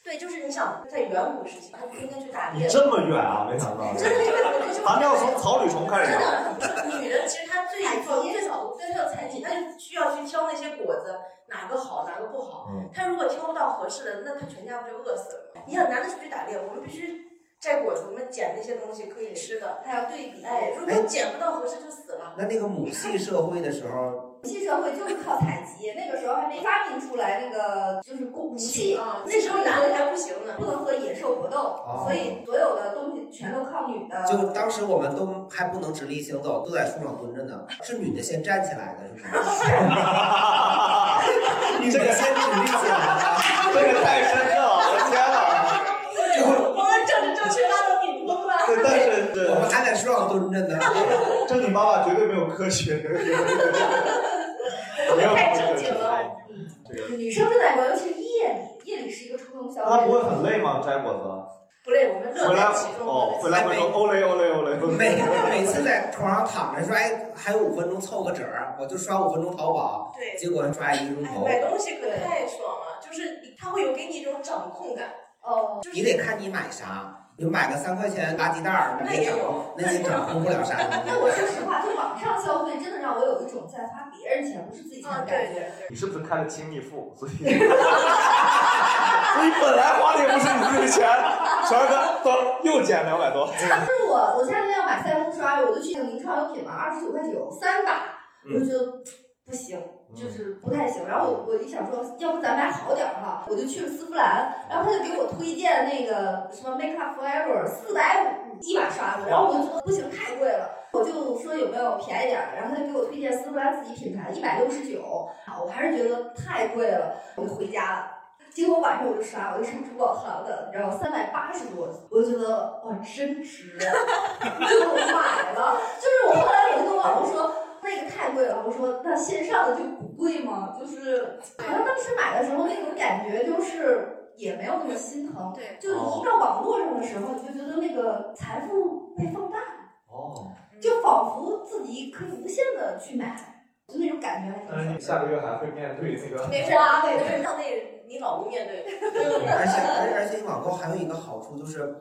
[SPEAKER 13] 对，就是你想在远古时期，他天天去打猎
[SPEAKER 2] 你。这么远啊，没想到。
[SPEAKER 13] 真的就是我就是
[SPEAKER 2] 咱们要从草履虫开始
[SPEAKER 13] 真
[SPEAKER 2] 聊。
[SPEAKER 13] 的，女人其实她最早最早最早采集，她就需要去挑那些果子，哪个好哪个不好。她如果挑不到合适的，那她全家不就饿死了吗？你想，男的出去打猎，我们必须摘果子，我们捡那些东西可以吃的，
[SPEAKER 3] 还要对比，
[SPEAKER 13] 哎，如果捡不到合适就死了。
[SPEAKER 4] 那那个母系社会的时候，
[SPEAKER 3] 母系社会就是靠采集，那个时候还没发明出来那个就是武器
[SPEAKER 13] 啊，
[SPEAKER 3] 那时候男的还
[SPEAKER 13] 不行呢，
[SPEAKER 3] 不能和野兽搏斗，
[SPEAKER 2] 哦
[SPEAKER 3] 所以所有的东西全都靠女的。
[SPEAKER 4] 就当时我们都还不能直立行走，都在树上蹲着呢，是女的先站起来的，是吗？女的先直立起来的。
[SPEAKER 2] 这个太深刻了，我的天哪！
[SPEAKER 3] 哎
[SPEAKER 13] 我们政治正确拉到顶峰了。
[SPEAKER 2] 对，但是对
[SPEAKER 4] 我们还在树上蹲着呢。
[SPEAKER 2] 这你妈妈绝对没有科学，没有
[SPEAKER 13] 太正经了。
[SPEAKER 2] 这个，
[SPEAKER 3] 女生是在国，尤其是夜里，夜里是一个冲动消
[SPEAKER 2] 那
[SPEAKER 3] 费。
[SPEAKER 2] 啊不会很累吗？摘果
[SPEAKER 13] 不累，我们
[SPEAKER 2] 子，
[SPEAKER 13] 乐
[SPEAKER 2] 回来
[SPEAKER 13] 在其中。
[SPEAKER 2] 哦，回来会说欧雷欧雷欧雷。
[SPEAKER 4] 每每次在床上躺着说，哎，还有五分钟凑个整儿，我就刷五分钟淘宝，
[SPEAKER 13] 对
[SPEAKER 4] 结果刷一个钟
[SPEAKER 13] 哎，
[SPEAKER 4] 头。
[SPEAKER 13] 买东西可太爽了，就是你他会有给你一种掌控感。
[SPEAKER 3] 哦，
[SPEAKER 13] 就是
[SPEAKER 4] 你得看你买啥，你买个三块钱垃圾袋儿，
[SPEAKER 13] 那
[SPEAKER 4] 那
[SPEAKER 13] 也
[SPEAKER 4] 掌
[SPEAKER 13] 有
[SPEAKER 4] 那也掌控不了啥东
[SPEAKER 3] 但我
[SPEAKER 4] 西。
[SPEAKER 3] 说实话，就网上消费真的让我有一种在花别人钱，不是自己钱的感觉。
[SPEAKER 13] 啊对。
[SPEAKER 2] 你是不是开了亲密 付？所以，所以本来花的也不是你自己钱，小二哥，走了，又减两百多。
[SPEAKER 3] 就是我，我夏天要买赛璐刷，我就去名创优品嘛，二十九块九三把，我就觉得不行，就是不太行。然后我我一想说，要不咱买好点儿哈，我就去了丝芙兰，然后他就给我推荐那个什么 Make Up Forever 四百五一把刷子，然后我就觉得不行，太贵了。我就说有没有便宜点儿，然后他就给我推荐丝芙兰自己品牌的，一百六十九，啊，我还是觉得太贵了，我就回家了。结果晚上我就刷，我一上珠宝行的，你知道吗？三百八十多，我就觉得哇，真值， 就买了。就是我后来我就跟我老公说，那个太贵了，我说那线上的就不贵吗？就是好像当时买的时候那种感觉就是也没有那么心疼，对，就一到网络上的时候，你就觉得那个财富被放大，
[SPEAKER 2] 哦，
[SPEAKER 3] 就仿佛自己可以无限的去买，就那种感觉还挺
[SPEAKER 2] 但是你下个月还会面对那个
[SPEAKER 13] 没事，
[SPEAKER 3] 花呗
[SPEAKER 13] 对，让那你老公面对，
[SPEAKER 4] 而且而而且网购还有一个好处就是，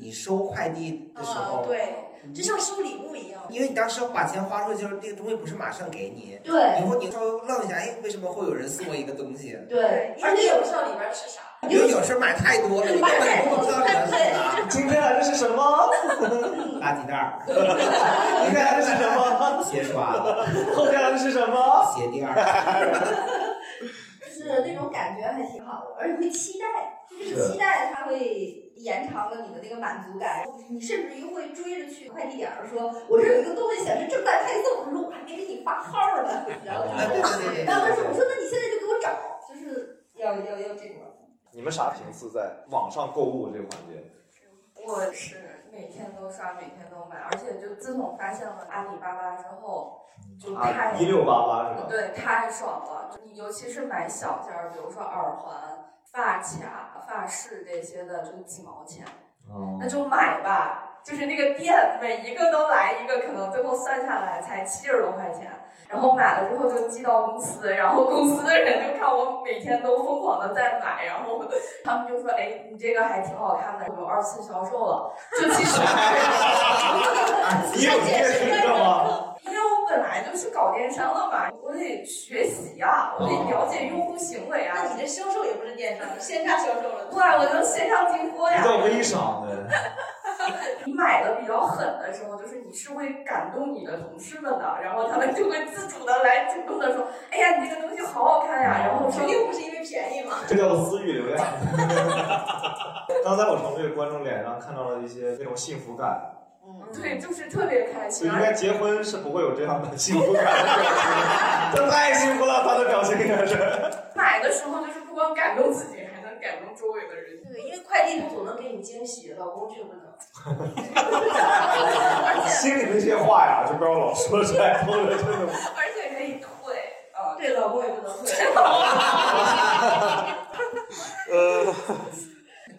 [SPEAKER 4] 你收快递的时
[SPEAKER 13] 啊，
[SPEAKER 4] 候，
[SPEAKER 13] 对，就像收礼物一样。
[SPEAKER 4] 因为你当时把钱花出去，就是这个东西不是马上给你，
[SPEAKER 13] 对
[SPEAKER 4] 以后你稍微愣一下，哎，为什么会有人送我一个东西？
[SPEAKER 13] 对，而且有时候里边是啥？
[SPEAKER 4] 因为有时候买太多了，你根本不知道里面是啥。
[SPEAKER 2] 今天来的是什 么？
[SPEAKER 4] 垃圾袋儿，
[SPEAKER 2] 今天来的是什么？
[SPEAKER 4] 鞋刷，
[SPEAKER 2] 后天来的是什么？
[SPEAKER 4] 鞋垫儿。
[SPEAKER 3] 就是那种感觉还挺好的，而且会期待，就是期待它会延长了你的那个满足感，你甚至于会追着去快递点儿说，我这儿有一个东西显示正在配送，我说我还没给你发号儿呢，然后
[SPEAKER 4] 哎，对对对对
[SPEAKER 3] 然后说我
[SPEAKER 4] 对
[SPEAKER 3] 说那你现在就给我找，就是要要要这种。
[SPEAKER 2] 你们啥频次在网上购物这个环节？
[SPEAKER 5] 我是每天都刷，每天都买，而且就自从发现了阿里巴巴之后，就太、
[SPEAKER 2] 啊，一六八八是吧？
[SPEAKER 5] 对太爽了。就你尤其是买小件儿，比如说耳环、发卡、发饰这些的，就几毛钱，
[SPEAKER 2] 哦
[SPEAKER 5] 那就买吧。就是那个店每一个都来一个，可能最后算下来才七十多块钱。然后买了之后就寄到公司，然后公司的人就看我每天都疯狂的在买，然后他们就说：“哎，你这个还挺好看的，有二次销售了。”就其实，
[SPEAKER 2] 你有这个听着吗？
[SPEAKER 5] 因为我本来就是搞电商的嘛，我得学习啊，我
[SPEAKER 3] 哦
[SPEAKER 5] 得了解用户行为啊
[SPEAKER 13] 那。你这销售也不是电商，线下销售了。
[SPEAKER 5] 对，我就线上进货哎呀
[SPEAKER 2] 比。较微商 的，
[SPEAKER 5] 你买的比较狠的时候，就是你是会感动你的同事们的，然后他们就会自主的来主动的说：“哎呀，你这个东西好好看呀。”然后我说
[SPEAKER 13] 肯：“定不是因为便宜嘛。
[SPEAKER 2] 这叫做私域流量。刚才我从这个观众脸上看到了一些那种幸福感，
[SPEAKER 5] 对，就是特别开心。
[SPEAKER 2] 所以”应
[SPEAKER 5] 而
[SPEAKER 2] 该
[SPEAKER 5] 且
[SPEAKER 2] 结婚是不会有这样的幸福感的。 这太幸福了，他的表情也是。
[SPEAKER 5] 买的时候就是不光感动自己，还能感动周围的人。
[SPEAKER 13] 对，因为快递他总能给你惊喜，老公却不能。
[SPEAKER 2] 心里那些话呀，就不要老说出来，偷着 真的。
[SPEAKER 5] 而且可以退啊。
[SPEAKER 13] 对，老公也不能退。
[SPEAKER 2] 呃，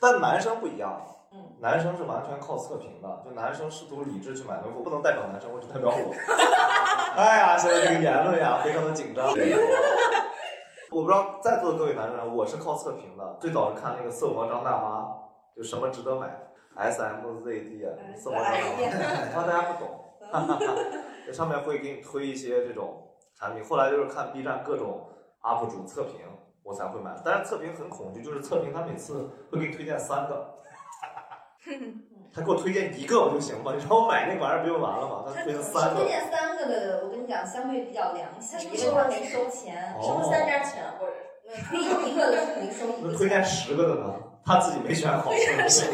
[SPEAKER 2] 但男生不一样，
[SPEAKER 13] 嗯，
[SPEAKER 2] 男生是完全靠测评的，就男生试图理智去买东西，我不能代表男生，我只代表 我。哎呀，现在这个言论呀，非常的紧张。我不知道在座的各位男人，我是靠测评的，最早是看那个色魔张大妈，就什么值得买，S M Z D 啊，色魔张
[SPEAKER 3] 哎
[SPEAKER 2] 大妈。怕大家不懂，哈哈哈。 这上面会给你推一些这种产品。后来就是看 B 站各种 UP 主测评，我才会买。但是测评很恐惧，就是测评他每次会给你推荐三个，他给我推荐一个不就行吗？你让我买那玩意儿不就完了吗？他推荐三
[SPEAKER 3] 推
[SPEAKER 2] 个，
[SPEAKER 3] 荐三个的，我跟你讲，相对比较良
[SPEAKER 13] 他
[SPEAKER 3] 心，因
[SPEAKER 13] 是不是
[SPEAKER 3] 为他没收钱，
[SPEAKER 2] 哦
[SPEAKER 13] 是不是三家钱或者？
[SPEAKER 3] 那推一个的肯定收一
[SPEAKER 2] 那
[SPEAKER 3] 个
[SPEAKER 2] 推
[SPEAKER 3] 钱。
[SPEAKER 2] 荐十个的呢，他自己没选好。
[SPEAKER 13] 是就是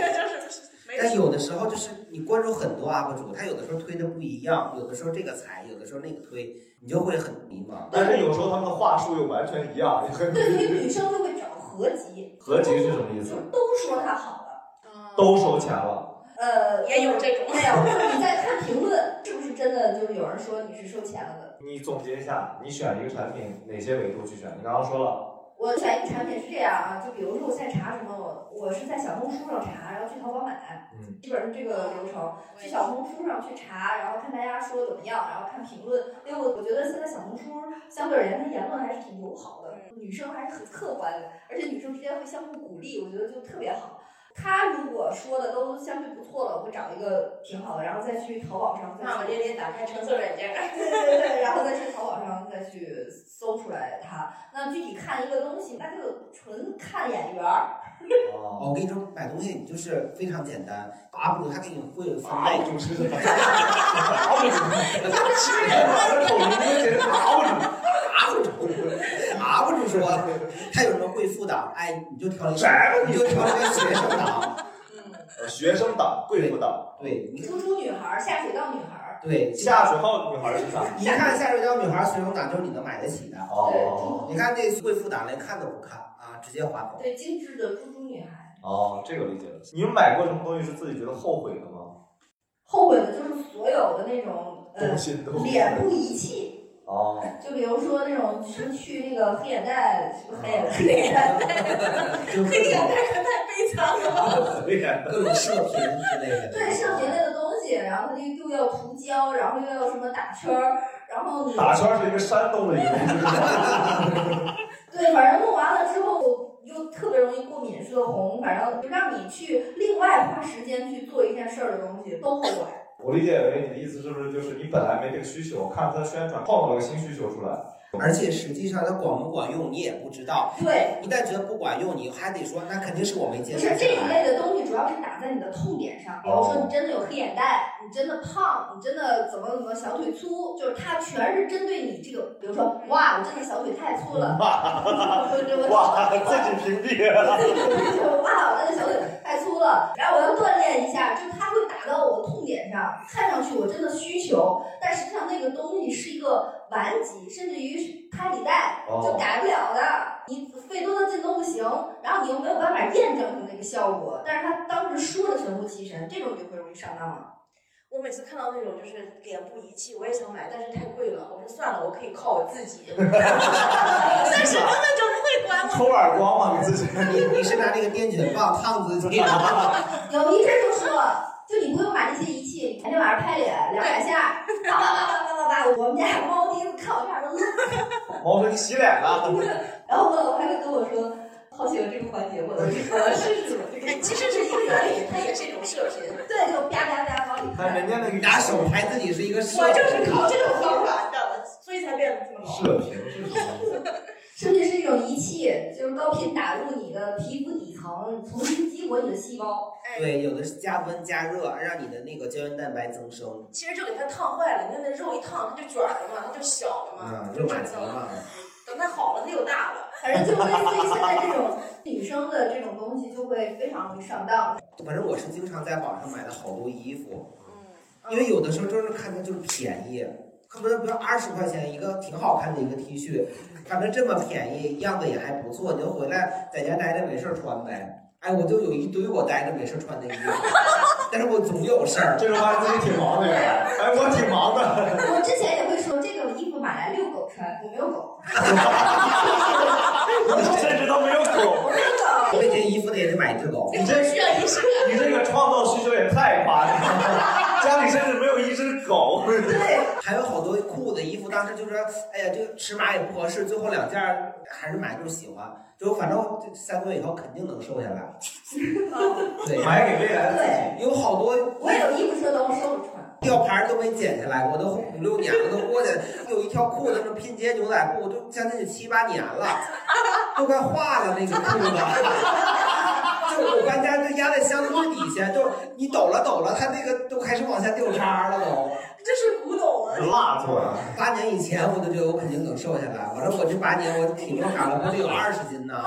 [SPEAKER 13] 没
[SPEAKER 4] 但有的时候就是你关注很多 UP 主，他有的时候推的不一样，有的时候这个踩，有的时候那个推，你就会很迷茫。
[SPEAKER 2] 但是有时候他们的话术又完全一样，你很
[SPEAKER 3] 对，所以女生就会找合集，
[SPEAKER 2] 合集是什么意
[SPEAKER 3] 就
[SPEAKER 2] 思？
[SPEAKER 3] 都说它好的，
[SPEAKER 2] 都收钱了，
[SPEAKER 3] 呃，
[SPEAKER 13] 也有这种
[SPEAKER 3] 没有，就是你在看评论，是不是真的就是有人说你是收钱了的？
[SPEAKER 2] 你总结一下，你选一个产品哪些维度去选？你刚刚说了。
[SPEAKER 3] 我选一个产品是这样啊，就比如说我现在查什么，我我是在小红书上查，然后去淘宝买，
[SPEAKER 2] 嗯，
[SPEAKER 3] 基本上是这个流程，
[SPEAKER 13] 嗯
[SPEAKER 3] 去小红书上去查，然后看大家说怎么样，然后看评论，因为我我觉得现在小红书相对而言，它言论还是挺友好的，女生还是很客观的，而且女生之间会相互鼓励，我觉得就特别好。他如果说的都相对不错了，我会找一个挺好的，然后再去淘宝上再
[SPEAKER 13] 骂骂
[SPEAKER 3] 去
[SPEAKER 13] 咧咧打开橙色软件，
[SPEAKER 3] 对对对，然后再去淘宝上再去搜出来它。那具体看一个东西，那就纯看眼缘儿。
[SPEAKER 2] 哦，
[SPEAKER 4] 哦，我跟你说，买东西你就是非常简单，UP 主他给你会分类，
[SPEAKER 2] 主持人，熬不住， 吃人了，口音熬不住，
[SPEAKER 4] UP 主，UP 主说他有什么贵妇党，哎，你就挑一个，你就挑一个学生党，
[SPEAKER 2] 学生党、贵妇党、
[SPEAKER 4] 对，你
[SPEAKER 3] 突出女孩儿，下水道女孩儿，
[SPEAKER 4] 对，
[SPEAKER 2] 下水道女孩是啥？
[SPEAKER 4] 你看下水道女孩学生党就是你能买得起的，
[SPEAKER 2] 哦，
[SPEAKER 4] 你看这贵妇党连看都不看啊，直接划走。
[SPEAKER 3] 对精致的猪猪女孩。
[SPEAKER 2] 哦，这个理解了。你们买过什么东西是自己觉得后悔的吗？
[SPEAKER 3] 后悔的就是所有的那种呃
[SPEAKER 2] 东心都
[SPEAKER 3] 脸部仪器，
[SPEAKER 2] 哦，
[SPEAKER 3] 就比如说那种去去那个黑眼袋，什么黑
[SPEAKER 2] 哦
[SPEAKER 3] 眼黑眼袋，黑眼袋可太悲 惨了。
[SPEAKER 2] 对呀，
[SPEAKER 4] 各种射频之类的。
[SPEAKER 3] 对，射频类的东西，然后它就又要涂胶，然后又要什么打圈儿，然后你
[SPEAKER 2] 打圈儿是一个山东的一个，就是
[SPEAKER 3] 对，反正弄完了之后又特别容易过敏、社红，反正就让你去另外花时间去做一件事儿的东西都 后悔。
[SPEAKER 2] 我理解为你的意思是不是就是你本来没这个需求，看了他的宣传，创造了个新需求出来，
[SPEAKER 4] 而且实际上它管不管用你也不知道。
[SPEAKER 3] 对，
[SPEAKER 4] 一旦觉得不管用，你还得说那肯定是我没接
[SPEAKER 3] 不
[SPEAKER 4] 触
[SPEAKER 3] 是
[SPEAKER 4] 起来。
[SPEAKER 3] 这一类的东西，主要是打在你的痛点上，比如说你真的有黑眼袋，你真的胖，你真的怎么怎么小腿粗，就是它全是针对你这个，比如说哇，我真的小腿太粗了，
[SPEAKER 2] 哇
[SPEAKER 3] 我这我
[SPEAKER 2] 哇，自 己屏蔽。
[SPEAKER 3] 哇，我这个小腿太粗了，然后我要锻炼一下，就是它会打到我的痛点上，看上去我真的需求，但实际上那个东西是一个顽疾，甚至于是胎里带
[SPEAKER 2] 哦
[SPEAKER 3] 就改不了的，你费多大劲都不行，然后你又没有办法验证它那个效果，但是他当时说的神乎其神，这种你就会容易上当了。
[SPEAKER 13] 我每次看到那种就是脸部仪器，我也想买，但是太贵了。我说算了，我可以靠我自己。 但是根本就 不会管我。
[SPEAKER 2] 抽耳光嘛，你自己。
[SPEAKER 4] 你你是拿那个电卷棒烫自己？
[SPEAKER 3] 有一阵儿就说，就你不用买那些仪器，你天天晚上拍脸两百下，叭叭叭叭叭叭叭，我们家猫第一次看我这样都乐
[SPEAKER 2] 毛说你洗脸了，
[SPEAKER 3] 然后我老还会跟我说，好喜欢这个环节，我都我试试吧。
[SPEAKER 13] 哎其实是一个原理，它也是一种射频。
[SPEAKER 3] 对，就啪啪啪往里
[SPEAKER 2] 但人家那个
[SPEAKER 4] 拿手拍自己是一个射。
[SPEAKER 13] 我就是靠这种方法，你知道吗？所以才变得这么老。
[SPEAKER 2] 射频是什么？
[SPEAKER 3] 是不是是一种仪器，就是高频打入你的皮肤底层，重新激活你的细胞。
[SPEAKER 4] 对，有的是加温加热，让你的那个胶原蛋白增生。
[SPEAKER 13] 其实就给它烫坏了，你看那肉一烫，它就卷了嘛，它就小了嘛，
[SPEAKER 4] 嗯，
[SPEAKER 13] 就
[SPEAKER 4] 肉
[SPEAKER 13] 转
[SPEAKER 4] 马蹄
[SPEAKER 13] 成了。
[SPEAKER 4] 嘛。
[SPEAKER 13] 等它好了，它又大了。
[SPEAKER 3] 反正就类似于现在这 种女生的这种东西，就会非常容易上当。
[SPEAKER 4] 反正我是经常在网上买的好多衣服，
[SPEAKER 13] 嗯
[SPEAKER 4] 因为有的时候就是看它就是便宜，恨不得比如二十块钱一个挺好看的一个 T 恤，反正这么便宜，样子也还不错，你就回来在家待着没事儿穿呗。哎，我就有一堆我待着没事儿穿的衣服， 但是我总有事儿。
[SPEAKER 2] 这个发现自己挺忙的呀，哎，我挺忙的。
[SPEAKER 3] 我之前也会说，这个衣服买来遛狗穿，我没有狗。
[SPEAKER 2] 甚至都没有狗，
[SPEAKER 4] 那件衣服的也得买一只狗。
[SPEAKER 2] 你这
[SPEAKER 13] 仪式感。
[SPEAKER 2] 你这个创造需求也太夸张了，家里甚至没有一只狗。
[SPEAKER 3] 对，
[SPEAKER 4] 还有好多裤子、衣服，当时就说，哎呀，这个尺码也不合适，最后两件儿还是买，就是喜欢，最后反正这三个月以后肯定能瘦下来。对，
[SPEAKER 2] 买给未来的自己。
[SPEAKER 4] 有好多
[SPEAKER 3] 我有衣服说等我收拾穿。
[SPEAKER 4] 吊牌儿都没剪下来，我都五六年了，都过去了。有一条裤子，那拼接牛仔裤，都将近有七八年了，都快化了那个裤子。就我搬家就压在箱子最底下，就是你抖了抖了，它那个都开始往下掉渣了都。
[SPEAKER 13] 这是古董啊！
[SPEAKER 2] 蜡做的，
[SPEAKER 4] 八年以前我都觉得我肯定能瘦下来，我说我这八年我体重长了不得有二十斤呢，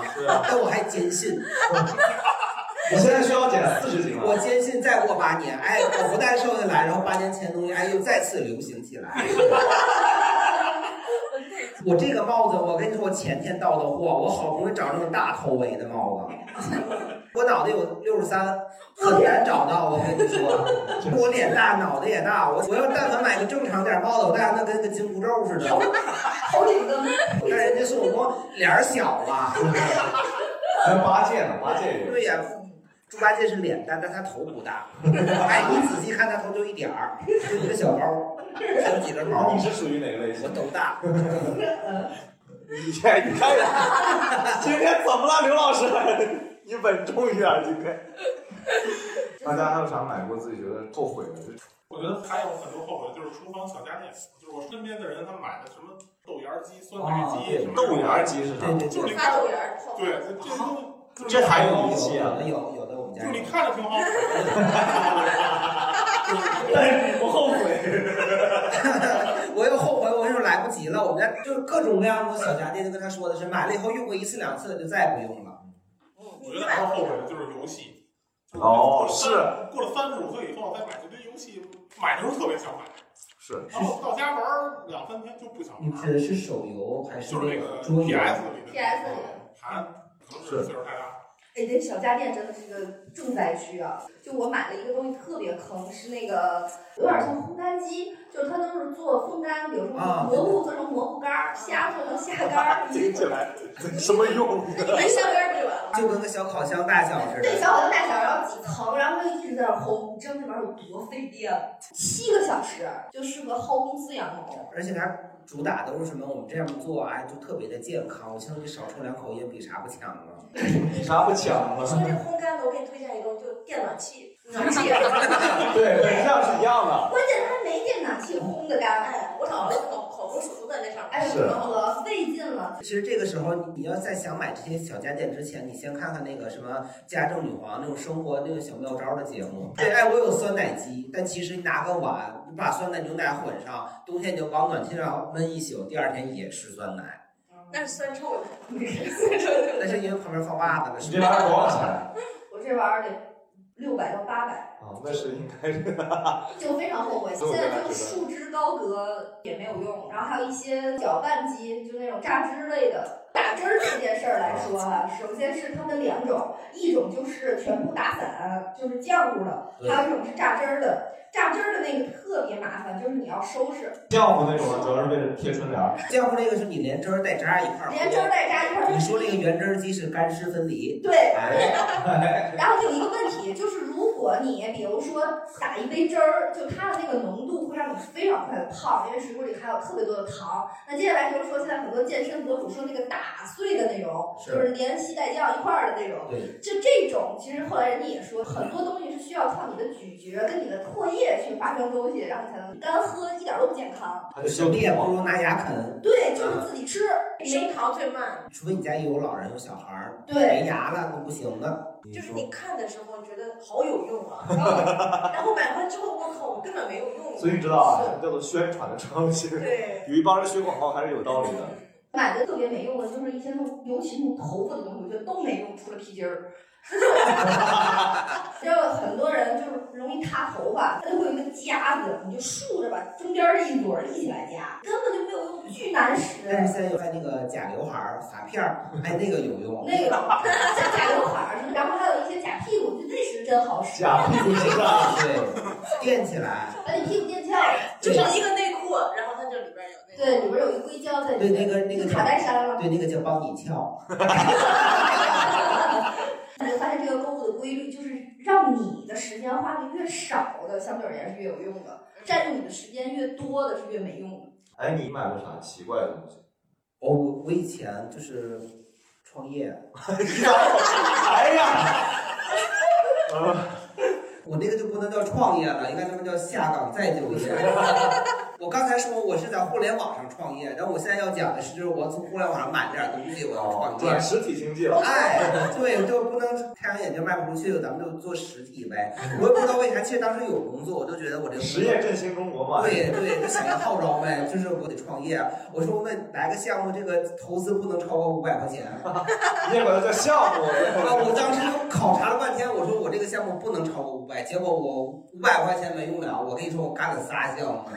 [SPEAKER 4] 但我还坚信，
[SPEAKER 2] 你现在需要减四十斤
[SPEAKER 4] 我
[SPEAKER 2] 了。
[SPEAKER 4] 坚信再过八年，哎，我不但瘦下来，然后八年前的东西哎又再次流行起来。我这个帽子，我跟你说，我前天到的货，我好不容易找那种大头围的帽子，我脑袋有六十三，很难找到。我跟你说，我脸大，脑袋也大，我我要但凡买个正常点帽子，我戴上那跟个金箍咒似的。
[SPEAKER 3] 头顶灯，
[SPEAKER 4] 但人家孙悟空脸儿小了，
[SPEAKER 2] 还有八戒呢，八戒也有。
[SPEAKER 4] 对呀、猪八戒是脸大，但他头不 大。哎，你仔细看他头就一点儿，就一个小包，还有几根毛
[SPEAKER 2] 你，是属于哪个类
[SPEAKER 4] 我
[SPEAKER 2] 型？
[SPEAKER 4] 都大。
[SPEAKER 2] 你看，你看，今天怎么了，刘老师？你稳重一点，今天。大家还有啥买过自己觉得后悔的？
[SPEAKER 15] 我觉得还有很多后悔，就是厨房小家电，就是我身边的人他买的什么豆芽机、酸
[SPEAKER 11] 哦
[SPEAKER 15] 奶机什么
[SPEAKER 2] 豆芽，机是啥
[SPEAKER 4] 哦
[SPEAKER 15] 就是
[SPEAKER 4] 对？对对，
[SPEAKER 15] 你
[SPEAKER 13] 发
[SPEAKER 15] 看，
[SPEAKER 13] 豆芽儿，
[SPEAKER 15] 对，这这
[SPEAKER 2] 这还有仪
[SPEAKER 15] 就
[SPEAKER 2] 器啊？
[SPEAKER 4] 有有有的我们家
[SPEAKER 15] 是你
[SPEAKER 4] 有。
[SPEAKER 15] 看着挺好使，
[SPEAKER 2] 但是你不后悔？
[SPEAKER 4] 我又后悔，我跟你说来不及了。我们家就是各种各样的小家电，就跟他说的是买了以后用过一次两次就再也不用了。
[SPEAKER 15] 我觉得还有后悔的就是游戏。
[SPEAKER 2] 哦是
[SPEAKER 15] 过了三十五岁以后再买这堆游戏，买的时候特别想买，
[SPEAKER 2] 是
[SPEAKER 15] 然后到家玩儿两三天就不想
[SPEAKER 4] 你
[SPEAKER 15] 玩
[SPEAKER 4] 指
[SPEAKER 15] 儿，
[SPEAKER 4] 的是手游还是
[SPEAKER 15] 就是那个
[SPEAKER 4] 桌
[SPEAKER 15] PS
[SPEAKER 4] 游？
[SPEAKER 15] 里的
[SPEAKER 3] PS 里
[SPEAKER 15] 盘，可能是岁数太大，
[SPEAKER 3] 哎，那小家电真的是个重灾区啊！就我买了一个东西特别坑，是那个有点像烘干机，就是它都是做风干，比如说
[SPEAKER 2] 啊
[SPEAKER 3] 蘑菇做成蘑菇干儿，虾做 成虾干儿，
[SPEAKER 2] 听起来 什么用？
[SPEAKER 3] 一香干儿不就完了？
[SPEAKER 4] 就跟个小烤箱大小似的。
[SPEAKER 3] 对，小火的大小，然后几层，然后它一直在那儿烘，你知道那玩意儿有多费电？七个小时就适合薅公司羊毛。
[SPEAKER 4] 而且它主打都是什么？我们这样做，哎，就特别的健康。我相信少抽两口烟比啥不强啊？
[SPEAKER 2] 比啥不强
[SPEAKER 13] 说这烘干的，我给你推荐一个，就电暖气，
[SPEAKER 3] 暖气
[SPEAKER 2] 对，本质上是一样的。
[SPEAKER 3] 关键它没电暖气烘的干，
[SPEAKER 13] 哎，我找了口口红鼠在那上面，
[SPEAKER 3] 哎呦，
[SPEAKER 4] 是
[SPEAKER 3] 可费劲了。
[SPEAKER 4] 其实这个时候，你要在想买这些小家电之前，你先看看那个什么《家政女皇》那种生活那种小妙招的节目。对，哎，我有酸奶机，但其实你拿个碗，你把酸奶牛奶混上，冬天你就往暖气上焖一宿，第二天也是酸奶。
[SPEAKER 13] 那是酸臭的。
[SPEAKER 4] 但是因为旁边放袜子了，是吧
[SPEAKER 2] 你这玩意儿多少钱？
[SPEAKER 3] 我这玩意儿得六百到八百，
[SPEAKER 2] 啊，那是应该 是。
[SPEAKER 3] 就非常后悔。现在这个树枝高阁也没有用，然后还有一些搅拌机，就那种榨汁类的。打汁儿这件事儿来说啊，首先是它分两种，一种就是全部打散，就是浆糊的；
[SPEAKER 2] 对
[SPEAKER 3] 还有一种是榨汁儿的。榨汁儿的那个特别麻烦，就是你要收拾，
[SPEAKER 2] 浆糊那种啊主要是为了贴春联儿。
[SPEAKER 4] 浆糊那个是你连汁儿带渣一块儿，
[SPEAKER 3] 连汁儿带渣一块儿
[SPEAKER 4] 你说那个原汁儿鸡是干湿分离，
[SPEAKER 3] 对
[SPEAKER 4] 哎
[SPEAKER 3] 然后有一个问题就是，如果你比如说打一杯汁儿，就它的那个浓度会让你非常快的胖，因为水果里含有特别多的糖。那接下来就是说，现在很多健身博主说那个打碎的那种，
[SPEAKER 4] 是
[SPEAKER 3] 就是连吸带酱一块儿的那种。
[SPEAKER 4] 对
[SPEAKER 3] 就这种，其实后来人家也说，很多东西是需要靠你的咀嚼跟你的唾液去发生东西，然后你才能干喝，一点儿都不健康。
[SPEAKER 4] 手你也不如拿牙啃，
[SPEAKER 3] 对，就是自己吃，
[SPEAKER 13] 升糖最慢。
[SPEAKER 4] 除非你家有老人有小孩儿，
[SPEAKER 13] 对
[SPEAKER 4] 没牙了那不行的。
[SPEAKER 13] 就是你看的时候觉得好有用啊，然后然后买完之后我靠，我根本没有用。
[SPEAKER 2] 所以你知道啊，什么叫做宣传的创新？
[SPEAKER 13] 对，
[SPEAKER 2] 有一帮人学广告还是有道理 的。
[SPEAKER 3] 买的特别没用的，就是一些那种，尤其那种头发的东西，我觉得都没用，除了皮筋儿。 知道很多人就是容易塌头发，它就会有一个夹子，你就竖着把中间儿一撮儿立起来夹，根本就没有用，巨难使。
[SPEAKER 4] 但是现在有在那个假刘海儿、发片儿，哎，那个有用。
[SPEAKER 3] 那个 像假刘海儿似的，然后还有一些假屁股，我觉得那是真好使。
[SPEAKER 4] 假屁股是吧？对，垫起来。
[SPEAKER 3] 把你屁股垫翘，
[SPEAKER 13] 就是一个内裤，然后它这里边有那个。
[SPEAKER 3] 对，里边有一个硅胶在里
[SPEAKER 4] 对，那
[SPEAKER 3] 面，
[SPEAKER 4] 个那个
[SPEAKER 3] 就
[SPEAKER 4] 叫
[SPEAKER 3] 卡带山了。
[SPEAKER 4] 对，那个叫帮你翘。
[SPEAKER 3] 你就发现这个购物的规律，就是让你的时间花的越少的，相对而言是越有用的；
[SPEAKER 13] 嗯
[SPEAKER 3] 占用你的时间越多的是越没用的。
[SPEAKER 2] 哎，你买过啥奇怪的东西？
[SPEAKER 4] 我哦我我以前就是创业，
[SPEAKER 2] 哎呀，
[SPEAKER 4] 我那个就不能叫创业了，应该他们叫下岗再就业。 我刚才说我是在互联网上创业，然后我现在要讲的是，就是我从互联网上买了点东西，我要创业。
[SPEAKER 2] 转哦实体经济了。
[SPEAKER 4] 哎，对，就不能太阳眼镜卖不出去，咱们就做实体呗。我也不知道为啥，其实当时有工作，我就觉得我这
[SPEAKER 2] 实业振兴中国嘛。
[SPEAKER 4] 对对，就想要号召呗，就是我得创业。我说我们来个项目，这个投资不能超过五百 块钱。
[SPEAKER 2] 你也管它叫项目？
[SPEAKER 4] 啊，我当时就考察了半天，我说我这个项目不能超过五百，结果我五百块钱没用了，我跟你说我干了仨项目，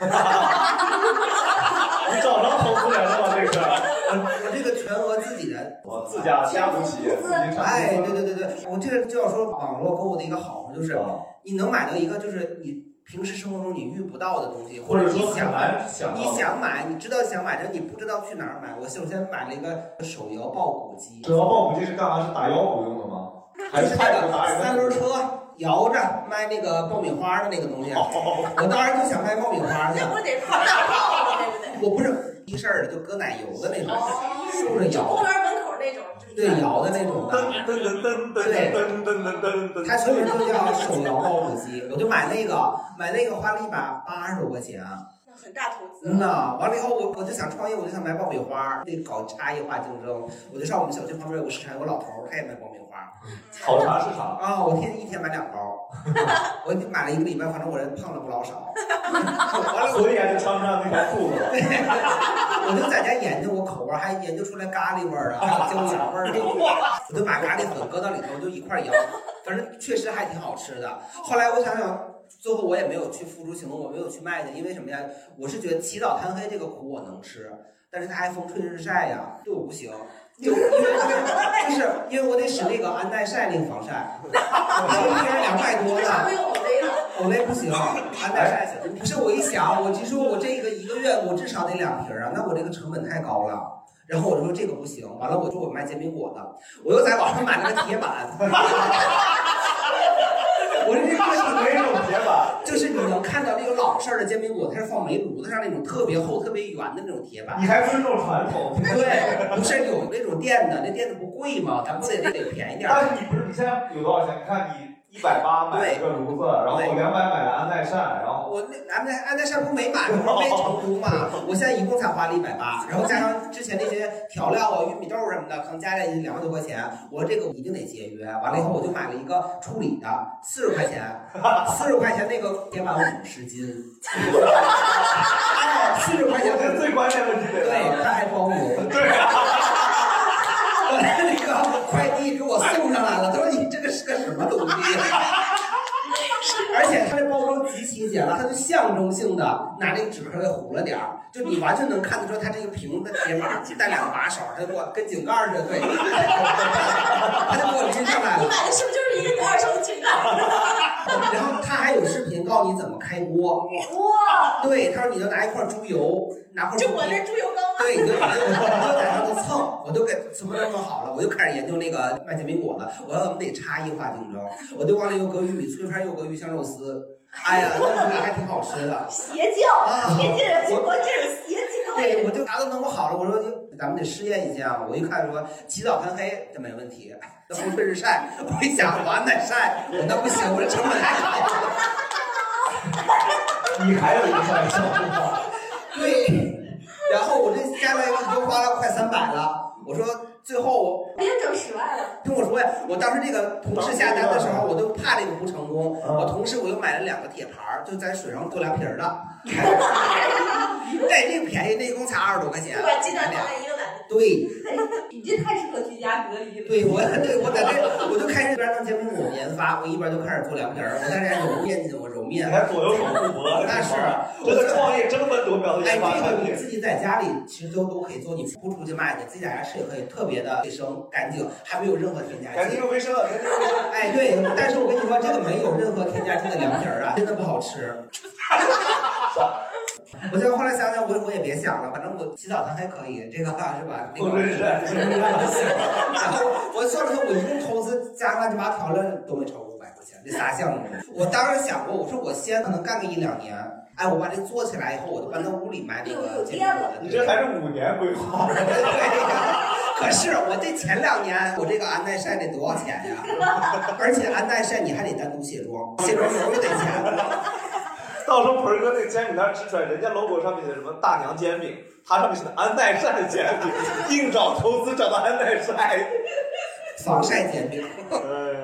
[SPEAKER 2] 你找着投资人了吗？这个
[SPEAKER 4] 我这个全额自己人，
[SPEAKER 2] 我自家家族企业，自己产
[SPEAKER 4] 哎，
[SPEAKER 2] 公
[SPEAKER 4] 对
[SPEAKER 2] 司。
[SPEAKER 4] 对对对，我这个就要说网络购物的一个好处就是，你能买到一个就是你平时生活中你遇不到的东西，
[SPEAKER 2] 或
[SPEAKER 4] 或
[SPEAKER 2] 者
[SPEAKER 4] 你
[SPEAKER 2] 说
[SPEAKER 4] 想
[SPEAKER 2] 很
[SPEAKER 4] 买
[SPEAKER 2] 难想到
[SPEAKER 4] 你想买，你知道想买，但你不知道去哪儿买。我首先买了一个手摇爆谷机，
[SPEAKER 2] 主要爆谷机是干嘛？是打腰鼓用的吗？还
[SPEAKER 4] 就是是
[SPEAKER 2] 太
[SPEAKER 4] 那
[SPEAKER 2] 鼓打人
[SPEAKER 4] 个
[SPEAKER 2] 的？
[SPEAKER 4] 三轮车摇着卖那个爆米花的那个东
[SPEAKER 2] 哦
[SPEAKER 4] 西，我当时就想卖爆米花去
[SPEAKER 13] 那。不得放大炮吗？对不对？
[SPEAKER 4] 我不是一事儿就搁奶油的那
[SPEAKER 3] 哦
[SPEAKER 4] 种，是不是
[SPEAKER 13] 就
[SPEAKER 4] 摇
[SPEAKER 13] 公？园门口那种，就是
[SPEAKER 4] 对，摇的那种的。
[SPEAKER 2] 噔噔噔噔噔噔噔噔噔
[SPEAKER 4] 它所以就叫手摇爆谷机，我就买那个，买那个花了一百八十多块钱。
[SPEAKER 13] 很大投资。啊
[SPEAKER 4] 嗯呐，完了以后我我就想创业，我就想卖爆米花，得搞差异化竞争。我就上我们小区旁边有个市场，有个老头儿，他也卖爆米花。
[SPEAKER 2] 考察市场。
[SPEAKER 4] 啊，我天天一天买两包， 我买了一个礼拜，反正我人胖了不老少。完了，我
[SPEAKER 2] 所以还得穿不上那条裤子了。
[SPEAKER 4] 我就在家研究我口味儿，还研究出来咖喱味儿啊，还有椒盐味儿啊，我就把咖喱粉搁到里头，就一块儿摇，反正确实还挺好吃的。后来我想想，最后我也没有去付诸行动，我没有去卖它，因为什么呀？我是觉得起早贪黑这个苦我能吃，但是它还风吹日晒呀，对我不行。 有，因为就是因为我得使那个安耐晒那个防晒， 一天两百多呢。我那不行，安耐晒行。不是我一想，我就说我这个一个月我至少得两瓶啊，那我这个成本太高了。然后我就说这个不行，完了我说我卖煎饼果子，我又在网上买了个铁板。 我这这个是哪种铁板？就是你能看到那种老式儿的煎饼果，它是放煤炉子上那种特别厚、特别圆的那种铁板。
[SPEAKER 2] 你还尊重传统
[SPEAKER 4] 对，不是有那种店的，那店的不贵吗？咱不得得得便宜点儿。
[SPEAKER 2] 但是你不是你现在有多少钱？你看你一百八买了个炉子，然后两百买了安耐晒，然后
[SPEAKER 4] 我那安耐安耐晒不没买吗？没成功嘛。我现在一共才花了一百八，然后加上之前那些调料啊、玉米豆儿什么的，可能加起来两百多块钱。我这个一定得节约。完了以后，我就买了一个处理的，四十块钱，四十块钱那个铁板五十斤，啊四十块钱
[SPEAKER 2] 这是最关键的问题。
[SPEAKER 4] 对，它还包邮。
[SPEAKER 2] 对、
[SPEAKER 4] 我 那个快递给我送上来了，他说你这个是个什么东西？啊 而且它这包装极其简单，它就象征性的拿那个纸壳给糊了点儿，就你完全能看得出它这个瓶子铁码带两个把手，它就给我跟井盖似的，对，它就给我拎上来了。
[SPEAKER 13] 你买的是不是就是一个二手井盖？
[SPEAKER 4] 然后他还有视频告诉你怎么开锅。
[SPEAKER 13] 哇！
[SPEAKER 4] 对，他说你就拿一块猪油，拿块
[SPEAKER 13] 就我那猪油膏吗？
[SPEAKER 4] 对，你就把这个我就在上头蹭，我都给什么都弄好了，我就开始研究那个卖煎饼果子，我要怎么得差异化竞争，我就往里又搁玉米脆片，又搁鱼香肉丝。哎呀，那你还挺好吃的。
[SPEAKER 13] 邪教，天津人我这是邪教。
[SPEAKER 4] 对，我就啥都弄好了，我说咱们得试验一下。我一看说起早贪黑，这没问题。那红春日晒，我一想完再晒，我那不行，我这成本太高了。
[SPEAKER 2] 你还有一块小红
[SPEAKER 4] 对，然后我这加来一共花了快三百了。我说最后
[SPEAKER 3] 我又整十万了。
[SPEAKER 4] 听我说呀，我当时这个同事下单的时嗯候，我就怕这个不成功。我同事我又买了两个铁盘儿，就在水上做凉皮 儿的。对，这个便宜，那一共才二十多块钱。
[SPEAKER 13] 对吧？鸡蛋放在一个篮子。
[SPEAKER 4] 对，
[SPEAKER 3] 你这太适合居家隔离了。
[SPEAKER 4] 对我，对我在这，我就开始一边弄煎饼果研发，我一边就开始做凉皮儿，我在这揉面筋，我揉面。
[SPEAKER 2] 你还左右手互搏，
[SPEAKER 4] 那是，
[SPEAKER 2] 我的创业争分夺秒的
[SPEAKER 4] 哎，
[SPEAKER 2] 研发
[SPEAKER 4] 这
[SPEAKER 2] 产
[SPEAKER 4] 个
[SPEAKER 2] 品
[SPEAKER 4] 你。自己在家里其实都都可以做，你不出去卖，你自己在家吃也可以，特别的卫生干净，还没有任何添加剂。
[SPEAKER 2] 赶紧又卫生了，赶紧又卫生了。
[SPEAKER 4] 哎，对，但是我跟你说，这个没有任何添加剂的凉皮儿啊，真的不好吃。我就后来想想，我我也别想了，反正我洗澡堂还可以，这个话是吧？那个
[SPEAKER 2] 我认识
[SPEAKER 4] 然后我算了算，我一共投资加上乱七八调料都没超过五百块钱，这仨项目。我当时想过，我说我先可能干个一两年，哎，我把这做起来以后，我就搬到屋里卖这个煎饼果子。
[SPEAKER 2] 你这还是五年规划。
[SPEAKER 4] 可是我这前两年，我这个安耐晒得多少钱呀？而且安耐晒你还得单独卸妆，卸妆油又得钱。
[SPEAKER 2] 到时候盆儿哥那煎饼摊吃出来，人家 logo 上面写什么大娘煎饼，他上面写的安耐晒煎饼，硬找投资找到安耐晒。
[SPEAKER 4] 防晒煎饼。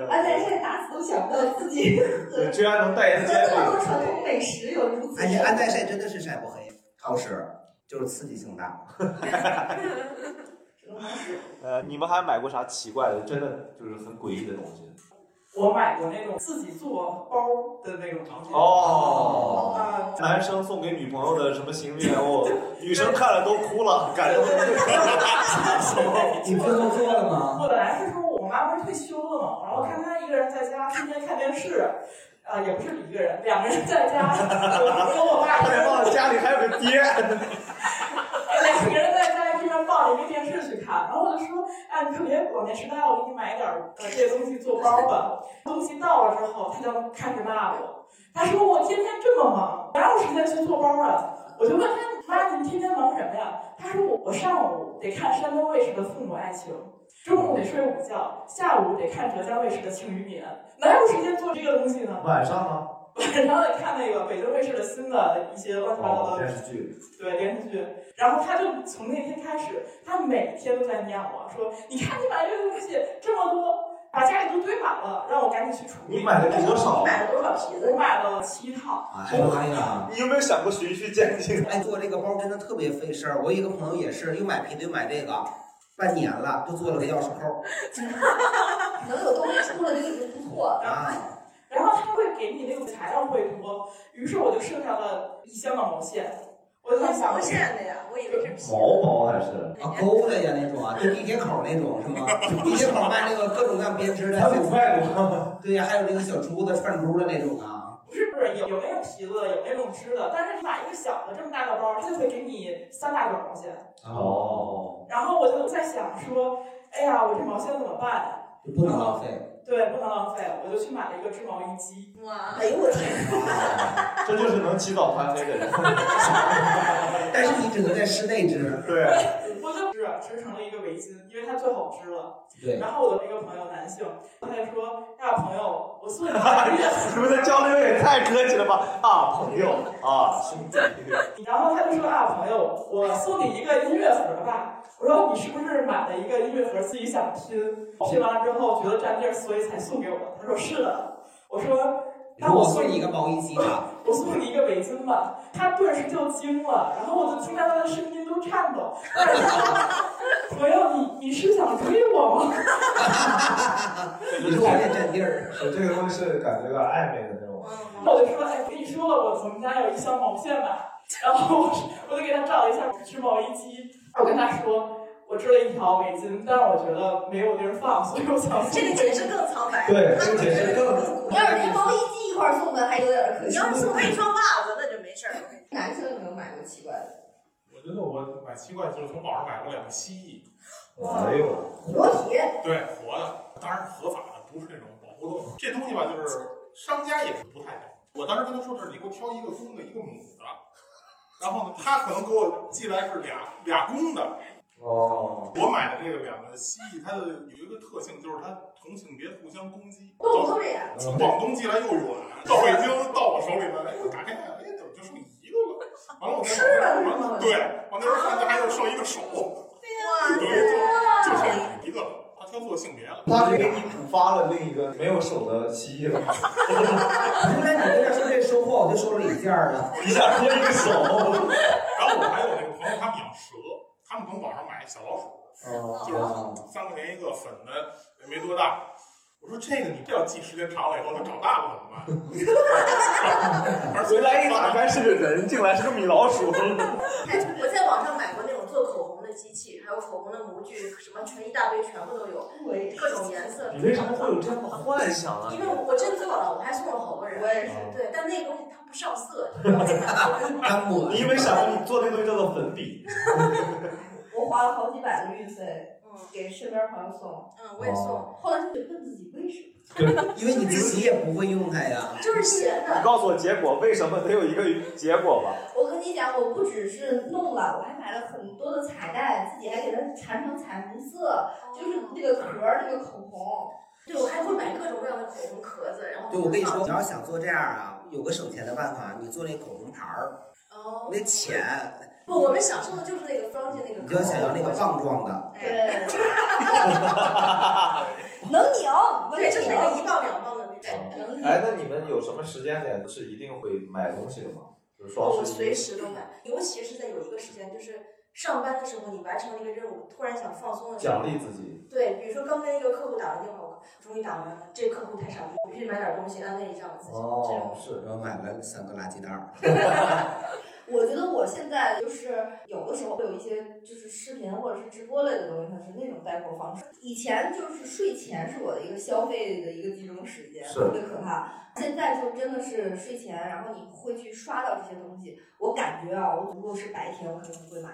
[SPEAKER 3] 而且现在打死都想不到自己
[SPEAKER 2] 你居然能代言
[SPEAKER 3] 和
[SPEAKER 2] 煎
[SPEAKER 3] 那么多
[SPEAKER 2] 饼，
[SPEAKER 3] 传统美食有如此。
[SPEAKER 4] 而且安耐晒真的是晒不黑，好使，就是刺激性大。
[SPEAKER 2] 呃，你们还买过啥奇怪的，真的就是很诡异的东西？
[SPEAKER 11] 我买过那种自己做包的那种产品。
[SPEAKER 2] 哦
[SPEAKER 11] 啊，
[SPEAKER 2] 男生送给女朋友的什么行李礼物，女生看了都哭了，感动的。
[SPEAKER 4] 你最后做了吗？
[SPEAKER 11] 我本来是说我妈不是退休了嘛，然后看她一个人在家天天看电视，啊、也不是一个人，两个人在家，我跟我爸
[SPEAKER 2] 差
[SPEAKER 11] 一个
[SPEAKER 2] 点
[SPEAKER 11] 人
[SPEAKER 2] 忘了家里还有个爹。
[SPEAKER 11] 两个人在家一边抱着一个电视去看，然后我就说，哎，你可别管那时代，我给你买点儿呃这些东西做包吧。东西到了之后，他就开始骂我，他说我天天这么忙，哪有时间去做包啊？我就问他，妈，你天天忙什么呀？他说我我上午得看山东卫视的《父母爱情》。中午得睡午觉，下午得看浙江卫视的《庆余年》，哪有时间做这个东西呢？
[SPEAKER 2] 晚上吗？
[SPEAKER 11] 晚上得看那个北京卫视的新的一些乱七八糟的
[SPEAKER 2] 电视剧。
[SPEAKER 11] 对电视剧，然后他就从那天开始，他每天都在念我说：“你看你买这个东西这么多，把家里都堆满了，让我赶紧去处理。”
[SPEAKER 2] 你买了多少
[SPEAKER 11] 你买了多少皮子？我买了七套。
[SPEAKER 4] 哎呀妈呀！
[SPEAKER 2] 你有没有想过循序渐进？
[SPEAKER 4] 哎，做这个包真的特别费事儿。我有一个朋友也是，又买皮的又买这个，半年了，就做了个钥匙扣
[SPEAKER 3] 能有东西出了就已经不错了。
[SPEAKER 4] 啊。
[SPEAKER 11] 然后他会给你那个材料会多，于是我就剩下了一箱的毛线。我就想
[SPEAKER 3] 无线的呀，我以为是皮
[SPEAKER 14] 毛包还是？
[SPEAKER 4] 啊，勾的呀那种啊，就地铁口那种是吗？地铁口卖那个各种各样编 织的，
[SPEAKER 14] 还有外
[SPEAKER 4] 国，对呀，还有那个小猪的串珠的那种啊。
[SPEAKER 11] 不是不是，有有那种皮子的，有那种织的，但是你买一个小的这么大个包，它就会给你三大卷毛线。
[SPEAKER 14] 哦，
[SPEAKER 11] 然后我就在想说，哎呀，我这毛线怎么办呀？
[SPEAKER 4] 就不能浪费。
[SPEAKER 11] 对，不能浪费，我就去买了一个织毛衣机。
[SPEAKER 7] 哇！
[SPEAKER 11] 哎呦我天！
[SPEAKER 4] 啊
[SPEAKER 9] 这就是能起早贪黑的人。
[SPEAKER 4] 但是你只能在室内织。
[SPEAKER 9] 对，
[SPEAKER 11] 我就织织成了一个围巾，因为它最好织了。
[SPEAKER 4] 对
[SPEAKER 11] 然后我的一个朋友，男性，他就说：“呀，朋友，我送你一个月。
[SPEAKER 9] 你们的交流也太客气了吧？啊，朋友啊，兄弟，”
[SPEAKER 11] 然后他就说：“啊，朋友，我送你一个音乐盒吧。”我说：“你是不是买了一个音乐盒，自己想拼？拼完了之后觉得占地儿，所以才送给我的？”他说：“是的。”我说：“
[SPEAKER 4] 然
[SPEAKER 11] 那
[SPEAKER 4] 后我
[SPEAKER 11] 送
[SPEAKER 4] 送你一个毛衣机啊吧。
[SPEAKER 11] 我送你一个围巾吧。”他顿时就惊了，然后我就听到他的声音都颤抖。但是他说朋友，你你是想追我吗？
[SPEAKER 4] 你还得占地儿。
[SPEAKER 9] 我这个东西是感觉有点暧昧的那种。
[SPEAKER 11] 我就说，哎，我跟你说了，我们家有一箱毛线吧。然后我我就给他照了一下织毛衣机，我跟他说，我织了一条围巾，但是我觉得没有地儿放，所以我想送
[SPEAKER 3] 这个解释更苍白。
[SPEAKER 9] 对
[SPEAKER 3] 这个解释更
[SPEAKER 7] 要是连毛衣机一块儿送的，还有点儿可
[SPEAKER 3] 你
[SPEAKER 7] 惜。
[SPEAKER 3] 要是送他一双袜子，那就没事儿了。
[SPEAKER 7] 男生有没有买过奇怪的？
[SPEAKER 2] 我觉得我买奇怪就是从网上买过两个蜥蜴，
[SPEAKER 7] 哇
[SPEAKER 9] 哎呦，
[SPEAKER 7] 活体
[SPEAKER 2] 对，活的，当然合法的，不是那种保护动物。这东西吧，就是商家也是不太懂。我当时跟他说的是，你给我挑一个公的，一个母的。然后呢，他可能给我寄来是俩俩公的。
[SPEAKER 14] 哦，
[SPEAKER 2] 我买的这个两个蜥蜴，它的有一个特性就是它同性别互相攻击。
[SPEAKER 7] 动不动这样，
[SPEAKER 2] 从广东寄来又远，到北京到我手里来，哎，我打开看，哎，怎么就剩一个了？完了，我
[SPEAKER 7] 吃
[SPEAKER 2] 再
[SPEAKER 7] 了是啊吗？
[SPEAKER 2] 对，往那边看，它还有剩一个手，
[SPEAKER 3] 哇，
[SPEAKER 2] 等于就就剩一个了，它挑错性别了。
[SPEAKER 9] 他是给你补发了另一个没有手的蜥蜴了，
[SPEAKER 4] 后来你跟他说这收获，我就收了一件儿了。
[SPEAKER 9] 你想多一个手。
[SPEAKER 2] 然后我还有那个朋友，他们养蛇，他们从网上买小老鼠，
[SPEAKER 3] 哦
[SPEAKER 4] 哦
[SPEAKER 2] 就是三块钱一个，粉的也没多大。我说这个你这要记时间长了以后，它长大了怎么办？ 而且
[SPEAKER 9] 回来一打开是个人，进来是个米老鼠。
[SPEAKER 3] 哎，我在网上买过那种做口红的机器，还有口红的模具，什么全一大堆，全部都有，各种颜 色。
[SPEAKER 14] 你为什么哦会有这样的幻想啊？
[SPEAKER 3] 因为我真做了，我还送了好多人。
[SPEAKER 7] 我也是。
[SPEAKER 4] 哦
[SPEAKER 3] 对， 但那个东西它不上色，你知道吗
[SPEAKER 4] 他抹
[SPEAKER 9] 你以为啥？你做那东西叫做粉笔，
[SPEAKER 7] 我花了好几百的运费
[SPEAKER 3] 嗯
[SPEAKER 7] 给身边朋友送，
[SPEAKER 3] 嗯，我也送，
[SPEAKER 7] 后来就得问自己为什么？
[SPEAKER 4] 因为你自己也不会用它呀。
[SPEAKER 3] 就是闲
[SPEAKER 9] 你
[SPEAKER 3] 的。
[SPEAKER 9] 告诉我结果，为什么得有一个结果吧？
[SPEAKER 7] 我跟你讲，我不只是弄了，我还买了很多的彩带，自己还给它缠成彩虹色，就是这个壳儿，这个口红。
[SPEAKER 3] 对，我还会买各种各样的口红壳子，然后
[SPEAKER 4] 对，我跟你说，你要想做这样啊，有个省钱的办法，你做那口红牌儿，
[SPEAKER 3] 哦，
[SPEAKER 4] 那钱
[SPEAKER 3] 不，我们享受的就是那个装进那个。
[SPEAKER 4] 你就要想要那个棒状的，
[SPEAKER 3] 哎，
[SPEAKER 7] 对，能拧，能
[SPEAKER 3] 对，就是那
[SPEAKER 7] 拧。
[SPEAKER 3] 个一磅两磅的那种。
[SPEAKER 7] 能拧。
[SPEAKER 14] 哎，那你们有什么时间点是一定会买东西的吗？就是双
[SPEAKER 3] 我
[SPEAKER 14] 十
[SPEAKER 3] 随
[SPEAKER 14] 一。
[SPEAKER 3] 时都买，尤其是在有一个时间，就是上班的时候，你完成了一个任务，突然想放松的时候，
[SPEAKER 14] 奖励自己，
[SPEAKER 3] 对，比如说刚跟一个客户打完电话，我终于打完了，这客户太傻逼，我必须买点东西安慰一下我自己，这
[SPEAKER 14] 哦，
[SPEAKER 3] 种。
[SPEAKER 14] 是，
[SPEAKER 4] 然后买了三个垃圾袋儿。
[SPEAKER 7] 我觉得我现在就是有的时候会有一些就是视频或者是直播类的东西，它是那种带货方式。以前就是睡前是我的一个消费的一个集中时间，
[SPEAKER 14] 是
[SPEAKER 7] 特别可怕。现在就真的是睡前，然后你会去刷到这些东西。我感觉啊，我如果是白天我可能不会买，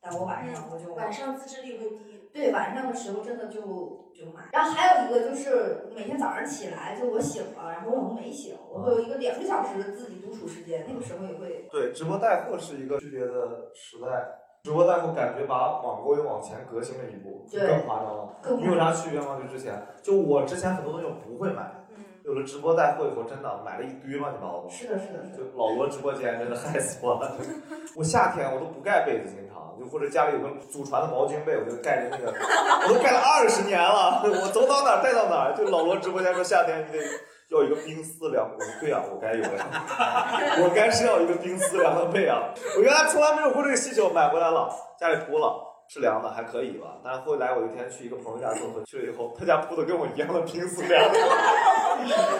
[SPEAKER 7] 但我晚上我就
[SPEAKER 3] 嗯晚上自制力会低，
[SPEAKER 7] 对，晚上的时候真的就就买。然后还有一个就是每天早上起来，就我醒了，然后我老公没醒，我会有一个两个小时的自己独处时间，那个时候也会
[SPEAKER 9] 对，直播带货是一个区别的时代。直播带货感觉把网购又往前革新了一步，就
[SPEAKER 7] 对
[SPEAKER 9] 更夸张了。
[SPEAKER 7] 更
[SPEAKER 9] 你有啥区别吗？就之前，就我之前很多东西我不会买，
[SPEAKER 3] 嗯，
[SPEAKER 9] 有了直播带货以后，真的买了一堆乱七八糟的东西。
[SPEAKER 7] 是的，是的，是的。
[SPEAKER 9] 就老罗直播间真的害死我了。 我夏天我都不盖被子，经常就或者家里有个祖传的毛巾被，我就盖着那个， 我都盖了二十年了，我走到哪儿带到哪儿。就老罗直播间说夏天你得要一个冰丝凉，我说对啊，我该有呀， 我该是要一个冰丝凉的被啊。我原来从来没有过这个需求，买回来了，家里铺了。是凉的，还可以吧。但是后来我有一天去一个朋友家做客，去了以后，他家铺的跟我一样的 冰丝凉。我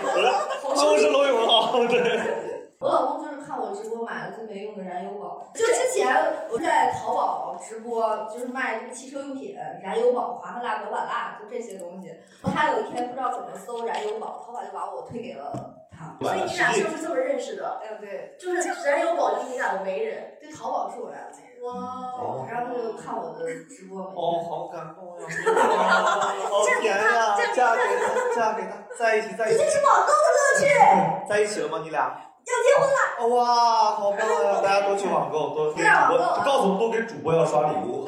[SPEAKER 9] 说办公室楼有了，对。
[SPEAKER 7] 我老公就是看我直播买了
[SPEAKER 3] 最没用的燃油宝。就之前我在淘宝直播，就是卖这个汽车用品，燃油宝、华克蜡、格瓦蜡，就这些东西。他有一天不知道怎么搜燃油宝，淘宝就把我推给了他。
[SPEAKER 13] 所以你俩是不是这么认识的？
[SPEAKER 3] 哎，对，
[SPEAKER 13] 就是燃油宝就是你俩的媒人。
[SPEAKER 3] 对，淘宝是我俩的媒人。哇！然后他就看我的直播嘛。
[SPEAKER 2] 哦，好感动
[SPEAKER 9] 啊
[SPEAKER 2] 呀！ 好甜呀！嫁给他，嫁给他，在一起，在一
[SPEAKER 3] 这
[SPEAKER 2] 起
[SPEAKER 3] 就，是网购的乐趣。
[SPEAKER 9] 嗯
[SPEAKER 2] 在一起了吗？你俩？
[SPEAKER 3] 要结婚了，
[SPEAKER 2] 哦哇，好棒啊！大家多去网购，多给主播，
[SPEAKER 3] 啊
[SPEAKER 2] 告诉多给主播要刷礼物，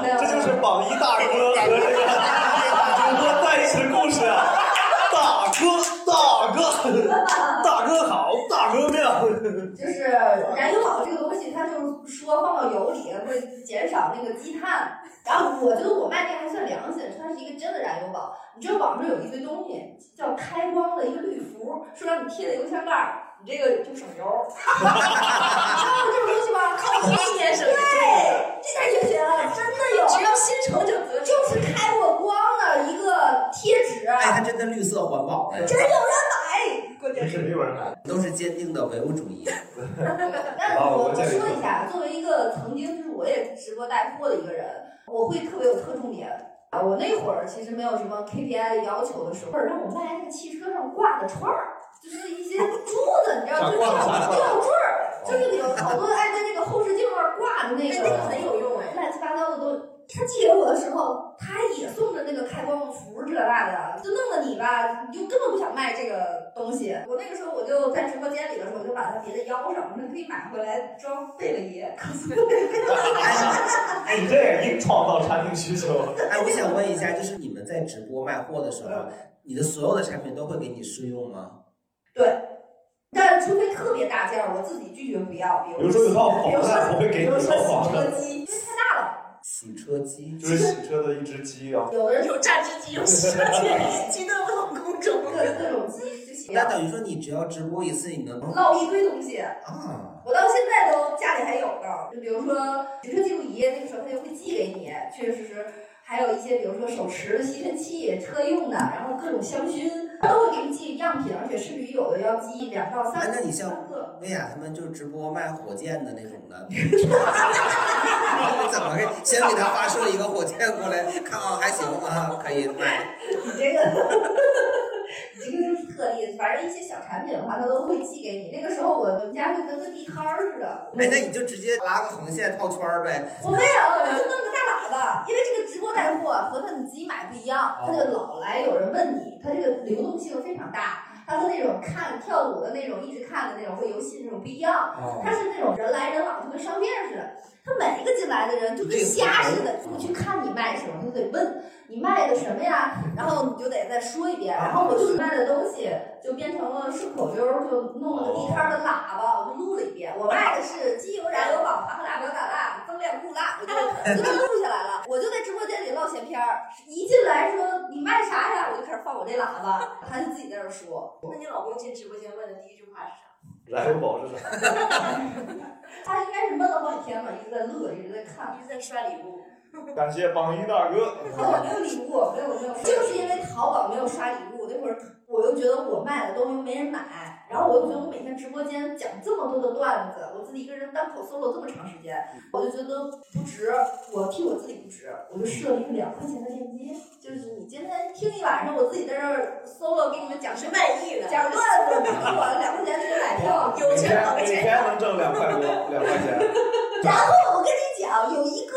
[SPEAKER 3] 没有
[SPEAKER 2] 哦这就是榜一大哥和这个主播在一起的故事啊！大哥，大哥，大哥好，大哥妙。
[SPEAKER 3] 就是燃油宝这个东西，它就是说放到油里会减少那个积碳。然后我觉得我卖这个还算良心，它是一个真的燃油宝。你知道网上有一堆东西叫开光的一个绿符，说让你贴在邮箱盖儿，你这个就省油。 然后这种东西吧，靠
[SPEAKER 13] 贴一年省一天
[SPEAKER 3] 对，这下就学了，真的有。
[SPEAKER 13] 只要心诚就得。
[SPEAKER 3] 就是开过光的一个贴纸，哎
[SPEAKER 4] 哎，它真的绿色环保，
[SPEAKER 3] 真有人买。关键
[SPEAKER 2] 是没有人来。
[SPEAKER 4] 都是坚定的唯物主义。
[SPEAKER 3] 但哦我我说一下，作为一个曾经就是我也直播带货的一个人，我会特别有侧重点啊。我那会儿其实没有什么 KPI 的要求的时候，让我卖那个汽车上挂的串儿，就是一些珠子，
[SPEAKER 2] 啊
[SPEAKER 3] 你知道，就是吊吊坠儿，
[SPEAKER 2] 哦
[SPEAKER 3] 就是有好多哎爱在那个后视镜那儿挂的那
[SPEAKER 13] 哎
[SPEAKER 3] 个，
[SPEAKER 13] 那个很有用哎
[SPEAKER 3] 乱七八糟的都。他寄给我的时候，他也送着那个开光符这那的，就弄得你吧，你就根本不想卖这个东西。我那个时候我就在直播间里的时候，我就把它别在腰上，我说可以买回来装贝勒爷。
[SPEAKER 2] 哎，你这也硬创造产品需求。
[SPEAKER 4] 哎，我想问一下，就是你们在直播卖货的时候，你的所有的产品都会给你试用吗？
[SPEAKER 3] 对， 但除非特别大件儿，我自己拒绝不要。比
[SPEAKER 2] 比
[SPEAKER 3] 如
[SPEAKER 2] 如说有套
[SPEAKER 3] 比
[SPEAKER 2] 房
[SPEAKER 3] 如说
[SPEAKER 2] 子，我会给
[SPEAKER 3] 比
[SPEAKER 2] 你
[SPEAKER 3] 如
[SPEAKER 2] 套
[SPEAKER 3] 说洗
[SPEAKER 2] 房
[SPEAKER 3] 车
[SPEAKER 2] 子，
[SPEAKER 3] 机，因为太大了。
[SPEAKER 4] 洗车 机
[SPEAKER 2] 就是洗车的一只鸡啊。
[SPEAKER 3] 有的人
[SPEAKER 13] 有榨汁机，有 时间，鸡的不同工种。
[SPEAKER 3] 各各种机就行
[SPEAKER 4] 那等于说你只要直播一次，你能
[SPEAKER 3] 唠一堆东西。
[SPEAKER 4] 啊？
[SPEAKER 3] 我到现在都家里还有呢，就比如说行车记录仪，那个时候他就会寄给你，确实是，还有一些比如说手持的吸尘器、车用的，然后各种香薰，都会给你寄样品，而且甚至于有的要寄两到
[SPEAKER 4] 哎
[SPEAKER 3] 三，
[SPEAKER 4] 那你像
[SPEAKER 3] 三个。
[SPEAKER 4] 薇娅他们就直播卖火箭的那种 的，怎么给先给他发射一个火箭过来，看啊还行吗？可以卖。哎
[SPEAKER 3] 你这个， 你这个就是特例，反正一些小产品的话，他都会寄给你。那个时候我们家就跟个地摊儿似的，
[SPEAKER 4] 哎，那你就直接拉个横线套圈儿呗。
[SPEAKER 3] 我没有，我就弄个大喇叭，因为这个直播带货和他你自己买不一样，他就老来有人问你，他这个流动性非常大，他和那种看跳舞的那种一直看的那种会游戏那种不一样，他是那种人来人往，就跟商店似的，他每一个进来的人就跟瞎似的，我去看你卖什么，他就得问你卖的什么呀，然后你就得再说一遍，然后我就是卖的东西就变成了顺口溜，就弄了个地摊的喇叭，我就录了一遍，我卖的是机油、燃油宝、爬克蜡、表打蜡、增量固蜡，我就 我就给录下来了，我就在直播间里唠闲篇儿，一进来说你卖啥呀，我就开始放我这喇叭，他就自己在这说，
[SPEAKER 13] 那你老公进直播间问的第一句话是啥？
[SPEAKER 2] 燃油宝是啥？
[SPEAKER 3] 他应该是闷了好几天吧，一直在乐，一直在看。
[SPEAKER 13] 一直在刷礼 物。
[SPEAKER 2] 感谢榜一大哥。
[SPEAKER 3] 我没有礼物，没有没有，就是因为淘宝没有刷礼物，那会儿我又觉得我卖的东西没人买，然后我又觉得我每天直播间讲这么多的段子，我自己一个人单口 solo 这么长时间，我就觉得不值，我替我自己不值，我就设了一个两块钱的链接，就是你今天听一晚上，我自己在这儿 solo 给你们讲
[SPEAKER 13] 是
[SPEAKER 3] 什么。
[SPEAKER 13] 卖艺的，
[SPEAKER 3] 讲段子，你付我两块钱给你买票。
[SPEAKER 13] 有
[SPEAKER 2] 每
[SPEAKER 13] 钱
[SPEAKER 2] 天
[SPEAKER 13] 好
[SPEAKER 2] 每
[SPEAKER 13] 钱。
[SPEAKER 2] 天能挣两块多，两块钱。
[SPEAKER 3] 然后我跟你讲，有一个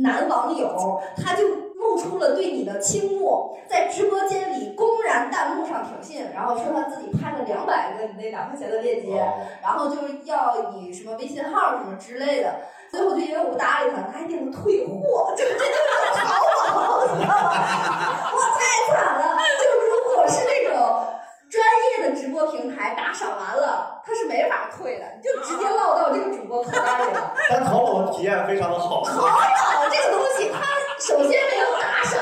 [SPEAKER 3] 男网友，他就露出了对你的倾慕，在直播间里公然弹幕上挑衅，然后说他自己拍了两百个你那两块钱的链接，
[SPEAKER 2] 啊
[SPEAKER 3] 然后就是要你什么微信号什么之类的。最后就因为我不搭理他，他还给我退货，这这就是淘宝，你知道吗？我太惨了！就如果是那种专业的直播平台打赏完了，他是没法退的，你就直接落到这个主播口袋里了。
[SPEAKER 2] 但淘宝的体验非常的好。
[SPEAKER 3] 淘宝这个东西，它首先没有打赏，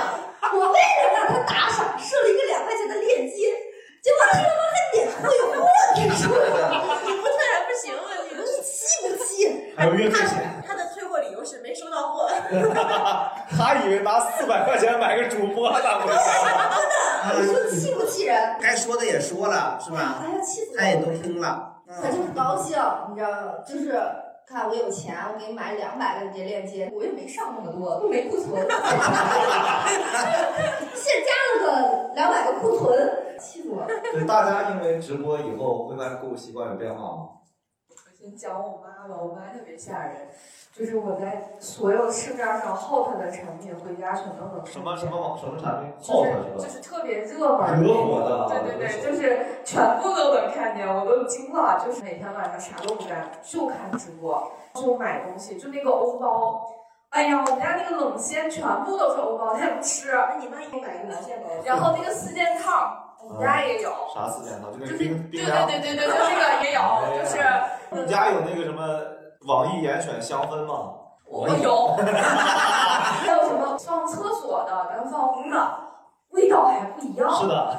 [SPEAKER 3] 我为了让它打赏，设了一个两块钱的链接，结果他妈还点退货，你说
[SPEAKER 13] 你不退还不行啊！你
[SPEAKER 3] 你气不气？
[SPEAKER 2] 还有运费钱，
[SPEAKER 13] 他他的退货理由是没收到货，
[SPEAKER 2] 他以为拿四 百块钱买个主播呢，不是？
[SPEAKER 3] 你说气不气人？
[SPEAKER 4] 该说的也说了，是吧？
[SPEAKER 3] 哎呀，气死我
[SPEAKER 4] 他也
[SPEAKER 3] 了！
[SPEAKER 4] 都听了，
[SPEAKER 3] 他
[SPEAKER 11] 嗯
[SPEAKER 3] 就是高兴，你知道吗？ 就是看我有钱，我给你买两百个你这链接，我也没上那么多，都没库存，现加了个两百个库存，气死我了。
[SPEAKER 2] 对，大家因为直播以后会发现购物习惯有变化吗？
[SPEAKER 11] 先讲我妈吧，我妈特别吓人，就是我在所有市面上 hot 的产品回家全都能
[SPEAKER 2] 什么什么网什么产品
[SPEAKER 11] 就
[SPEAKER 2] ？hot
[SPEAKER 11] 是
[SPEAKER 2] 是吧？
[SPEAKER 11] 就是特别热门，
[SPEAKER 2] 多火的
[SPEAKER 11] 对对对，就是全部都能看见，我都惊了。就是每天晚上啥都不干，就看直播，就买东西，就那个欧包。哎呀，我们家那个冷鲜全部都是欧包，她也不吃。
[SPEAKER 2] 嗯
[SPEAKER 11] 那你妈也买个冷鲜包然后那个四件套，我们家也有。
[SPEAKER 2] 啥四件套？就那个冰
[SPEAKER 11] 对
[SPEAKER 2] 冰
[SPEAKER 11] 对
[SPEAKER 2] 箱。
[SPEAKER 11] 对对对，就那个也有，
[SPEAKER 2] 嗯
[SPEAKER 11] 就是。
[SPEAKER 2] 你家有那个什么网易严选香氛吗？
[SPEAKER 11] 我
[SPEAKER 2] 哎
[SPEAKER 11] 有，还有什么放厕所的，咱放屋的，味道还不一样。
[SPEAKER 2] 是的。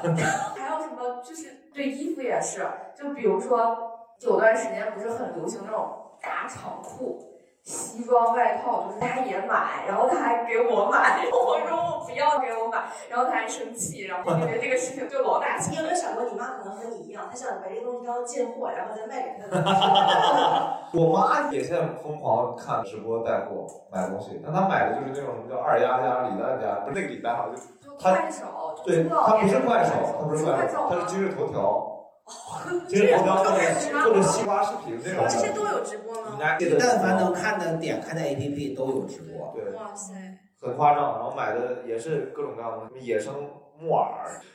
[SPEAKER 11] 还有什么就是对衣服也是，就比如说有段时间不是很流行那种大长裤、西装外套，就是他也买，然后他还给我买，我说我不要给我买，然后他还生气，然后因为这个事情就老打
[SPEAKER 7] 你
[SPEAKER 11] 气
[SPEAKER 7] 有。没有想过，你妈可能和你一样，她想把这个东西当进货，然后再卖给她？
[SPEAKER 2] 我妈也现在疯狂看直播带货买东西，但她买的就是那种什么叫二丫丫、李丹家，不是那个李丹好像就她
[SPEAKER 11] 快手，
[SPEAKER 2] 对
[SPEAKER 11] 知道
[SPEAKER 2] 她不
[SPEAKER 11] 别
[SPEAKER 2] 是
[SPEAKER 11] 人
[SPEAKER 2] 快手，她不是快手，
[SPEAKER 11] 啊
[SPEAKER 2] 她是今日头条，今日头条或者或者西瓜视频那种
[SPEAKER 7] 这些
[SPEAKER 2] 的。
[SPEAKER 7] 都有直播吗？
[SPEAKER 4] 你但凡能看的点开的 APP 都有直播。
[SPEAKER 2] 对，
[SPEAKER 7] 哇塞！
[SPEAKER 2] 很夸张，然后买的也是各种各样的，什么野生木耳、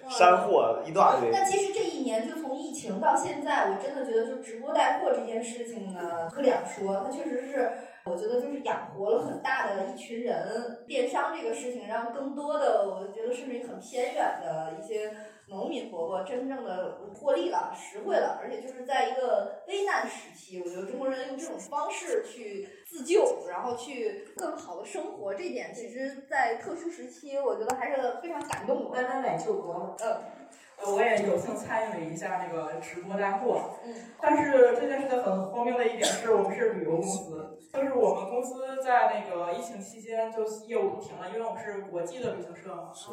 [SPEAKER 2] 山货一大堆。
[SPEAKER 3] 那其实这一年，就从疫情到现在，我真的觉得，就直播带货这件事情呢，不两说，它确实是，我觉得就是养活了很大的一群人。电商这个事情，让更多的，我觉得甚至于很偏远的一些农民伯伯，真正的获利了、实惠了，而且就是在一个危难时期，我觉得中国人用这种方式去自救，然后去更好的生活，这点其实，在特殊时期，我觉得还是非常感动我。
[SPEAKER 7] 慢慢买救国嘛。
[SPEAKER 3] 嗯。
[SPEAKER 9] 我也有幸参与了一下那个直播带货，
[SPEAKER 2] 嗯
[SPEAKER 9] 但是这件事情很荒谬的一点是，我们是旅游公司，就是我们公司在那个疫情期间就业务停了，因为我们是国际的旅行社嘛。
[SPEAKER 2] 是。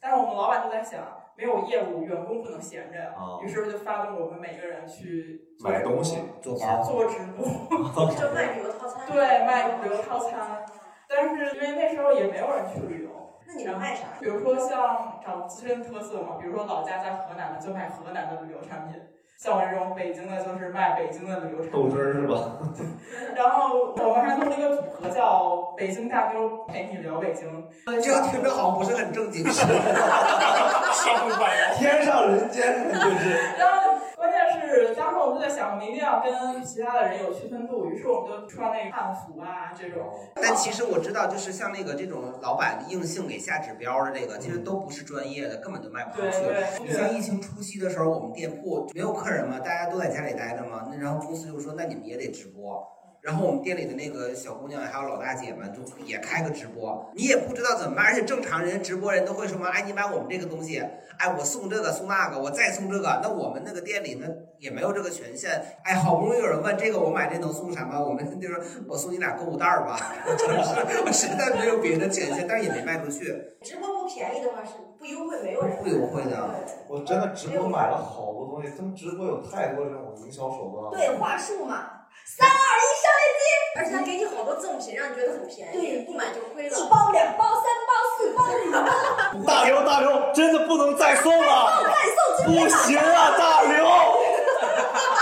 [SPEAKER 9] 但是我们老板就在想，没有业务，员工不能闲着呀
[SPEAKER 2] 啊，
[SPEAKER 9] 于是就发动我们每个人去
[SPEAKER 2] 买东西
[SPEAKER 4] 做
[SPEAKER 9] 做直播，
[SPEAKER 7] 就卖旅游套餐。
[SPEAKER 9] 对，卖旅游套餐。但是因为那时候也没有人去旅游，
[SPEAKER 7] 那你能卖啥？
[SPEAKER 9] 比如说像找自身特色嘛，比如说老家在河南的就卖河南的旅游产品，像我这种北京的就是卖北京的旅游产
[SPEAKER 2] 豆
[SPEAKER 9] 品。
[SPEAKER 2] 汁儿是吧？
[SPEAKER 9] 然后我们还弄了一个组合叫“北京大妞陪你聊北京”，
[SPEAKER 4] 这个听着好像不是很正经。
[SPEAKER 2] 天上人间就是。
[SPEAKER 9] 然后关键是当时我们就在想，我们一定要跟其他的人有区分度，于是我们就穿那个汉服啊这种。
[SPEAKER 4] 但其实我知道，就是像那个这种老板硬性给下指标的这个，其实都不是专业的，根本就卖不出
[SPEAKER 9] 对对
[SPEAKER 4] 去。你像疫情初期的时候，我们店铺没有客人嘛，大家都在家里待着嘛，那然后公司就说，那你们也得直播。然后我们店里的那个小姑娘还有老大姐们就也开个直播，你也不知道怎么办，而且正常人直播人都会什么，哎，你买我们这个东西，哎，我送这个送那个，我再送这个，那我们那个店里呢也没有这个权限，哎，好不容易有人问这个我买这能送啥吗？我们就说我送你俩购物袋儿吧， 就是我实在没有别的权限，但是也没卖出去，
[SPEAKER 7] 直播不便宜的话是不优惠，没有人
[SPEAKER 4] 不优惠的。
[SPEAKER 2] 我真的直播买了好多东西，他们直播有太多这种营销手段了。
[SPEAKER 3] 对话术嘛，三二一上链接。
[SPEAKER 7] 而且他给你好多赠品，让你觉得很便宜，
[SPEAKER 3] 对
[SPEAKER 7] 不买就亏了。
[SPEAKER 3] 一包、两包、三包、四包、五包，
[SPEAKER 2] 大刘，大刘，真的不能再送了，
[SPEAKER 3] 再送
[SPEAKER 2] 不行啊，大 刘，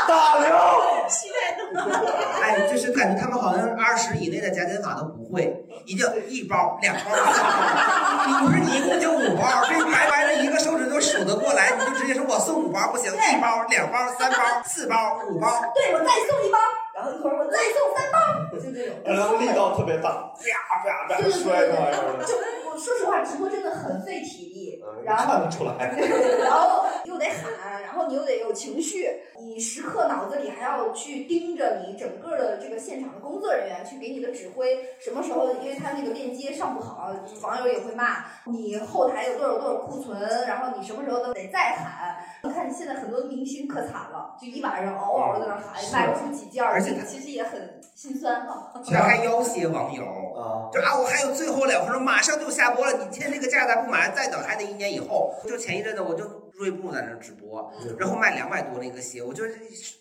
[SPEAKER 2] 大刘，
[SPEAKER 7] 期待的
[SPEAKER 4] 哎，就是感觉他们好像二十以内的加减法都不会，一定要一包、两包、三包，你不是你一共就五包，这白白的一个手指头数得过来，你就直接说我送五包不行，一包、两包、三包、四包、五包，
[SPEAKER 3] 对我再送一包，然后一会儿我再送三包，就这种。
[SPEAKER 2] 然后力道特别大，啪啪
[SPEAKER 3] 对
[SPEAKER 2] 啪
[SPEAKER 3] 对
[SPEAKER 2] 摔
[SPEAKER 3] 对
[SPEAKER 2] 那玩意
[SPEAKER 3] 对，
[SPEAKER 2] 儿
[SPEAKER 3] 就我说实话，直播真的很费体力，然后
[SPEAKER 2] 看得出来。
[SPEAKER 3] 然后又得喊，然后你又得有情绪，你时刻脑子里还要去盯着你整个的这个现场的工作人员去给你的指挥，什么时候因为他那个链接上不好，网友也会骂你后台有多少多少库存，然后你什么时候都得再喊。你看现在很多明星可惨了，就一晚上嗷嗷的在那喊，卖不出几件儿，
[SPEAKER 4] 而
[SPEAKER 11] 情其实也很心酸哈。
[SPEAKER 4] 他还要挟网友啊，就啊，我还有最后两分钟，马上就下播了，你签这个价咱不买，再等还得一年以后。就前一阵子我就锐步在那直播，然后卖两百多那个鞋，我觉得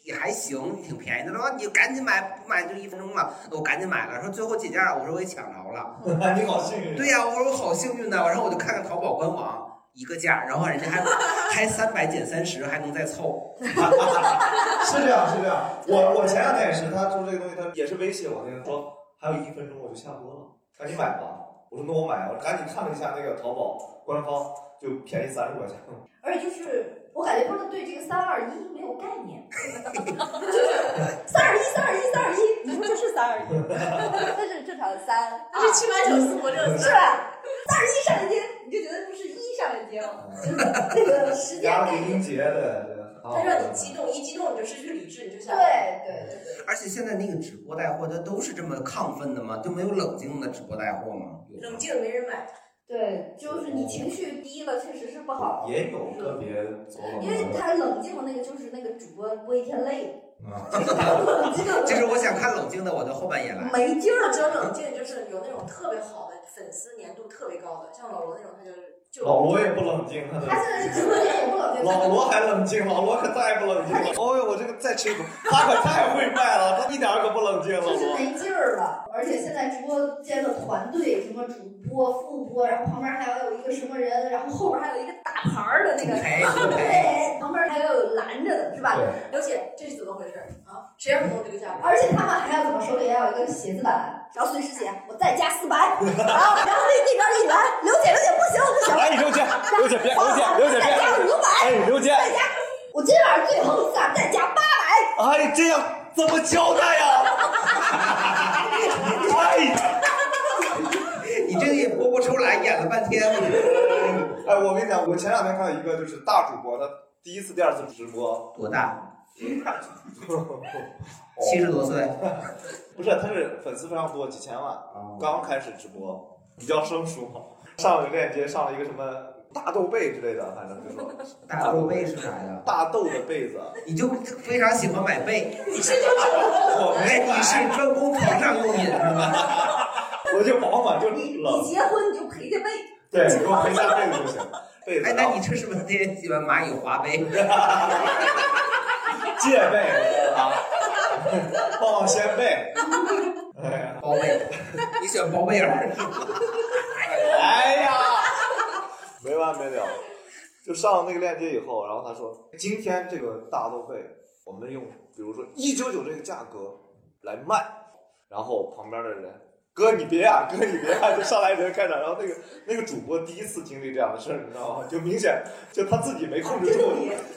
[SPEAKER 4] 也还行，挺便宜的。然后你就赶紧买，不买就一分钟嘛，我赶紧买了。说最后几件儿，我说我也抢着了，
[SPEAKER 2] 你好幸运
[SPEAKER 4] 对呀、我说我好幸运呐、然后我就看看淘宝官网。一个价，然后人家还还三百减三十，还能再凑。
[SPEAKER 2] 是这样，是这样。我我前两天也是，他说这个东西，他也是威胁我，那个说还有一分钟我就下播了，赶紧买吧。我说那我买，我赶紧看了一下那个淘宝官方，就便宜三十块钱。
[SPEAKER 11] 而且就是我感觉他们对这个三二一没有概念， 就是三二一三二一三二一，你说这是 三二一，它是正常的三，
[SPEAKER 3] 它是七八九四五六
[SPEAKER 11] 是吧？三二一上来接，你就觉得不是一上来接吗？就是那个时间
[SPEAKER 2] 压
[SPEAKER 11] 概
[SPEAKER 2] 力
[SPEAKER 11] 念。
[SPEAKER 2] 音节的，
[SPEAKER 3] 它让你激动，一激动你就失去理智，你就
[SPEAKER 11] 对
[SPEAKER 3] 想
[SPEAKER 11] 对对
[SPEAKER 4] 而且现在那个直播带货，它都是这么亢奋的吗？就没有冷静的直播带货吗？
[SPEAKER 3] 冷静没人买。
[SPEAKER 11] 对，就是你情绪低了，确实是不好。
[SPEAKER 2] 啊
[SPEAKER 9] 嗯
[SPEAKER 2] 也有个别走冷
[SPEAKER 11] 因为
[SPEAKER 2] 门
[SPEAKER 11] 他冷静的那个就是那个主播播一天累了，
[SPEAKER 4] 就是我想看冷静的，我的后半夜来。
[SPEAKER 11] 没劲儿
[SPEAKER 3] 只有冷静就是有那种特别好的粉丝粘度特别高的，像老罗那种，他就是就
[SPEAKER 2] 老罗也不冷静，他的
[SPEAKER 3] 他现在是直播间也不冷静
[SPEAKER 2] 老罗还冷静，老罗可再不冷静了。哦呦，我这个再吃一口，他可太会卖了，他一点儿可不冷静了。老
[SPEAKER 11] 就是
[SPEAKER 2] 罗
[SPEAKER 11] 没劲儿了。而且现在直播间的团队，什么主播、副播，然后旁边还要有一个什么人，然后后边还有一个大牌儿的那个，
[SPEAKER 3] 哎对
[SPEAKER 11] 对，旁边还要有拦着的，是吧？
[SPEAKER 3] 刘姐，这是怎么回事啊？谁让你弄这个价格？
[SPEAKER 11] 而且他们还要怎么手里要有一个写字板，然后随时写我再加 四百，然后然后那那边儿一拦，刘姐刘姐不行不行，
[SPEAKER 16] 哎，刘姐，刘姐别，刘姐，刘姐别，
[SPEAKER 11] 再加五百，
[SPEAKER 16] 哎，刘姐，
[SPEAKER 11] 再加，我今天晚上最后一次啊，再加八百，
[SPEAKER 2] 哎，这样怎么交代啊呀？哎，
[SPEAKER 4] 你这个也播不出来，演了半天。
[SPEAKER 2] 哎，我跟你讲，我前两天看到一个就是大主播，他第一次、第二次直播，
[SPEAKER 4] 多大？七十多岁，
[SPEAKER 2] 不是，他是粉丝非常多，几千万，
[SPEAKER 3] 哦
[SPEAKER 2] 刚开始直播，比较生疏嘛。上了一个链接，上了一个什么大豆被之类的，反正就是
[SPEAKER 4] 大豆被是啥呀？
[SPEAKER 2] 大豆的被子，
[SPEAKER 4] 你就非常喜欢买被。
[SPEAKER 3] 你是就是我
[SPEAKER 4] 哎，你是专攻床上用品是吧？
[SPEAKER 2] 我就往往就冷
[SPEAKER 11] 你结婚你就赔这被，
[SPEAKER 2] 对，给我回家被子就行。被子
[SPEAKER 4] 哎，那你这是不是特别喜欢蚂蚁花呗？
[SPEAKER 2] 戒备啊，保鲜被，哎呀，
[SPEAKER 4] 包贝尔，你喜欢包贝尔？
[SPEAKER 2] 哎呀，没完没了。就上了那个链接以后，然后他说，今天这个大豆被，我们用比如说一九九这个价格来卖，然后旁边的人。哥，你别啊！哥，你别啊！就上来人开场，然后那个那个主播第一次经历这样的事儿，你知道吗？就明显就他自己没控制住，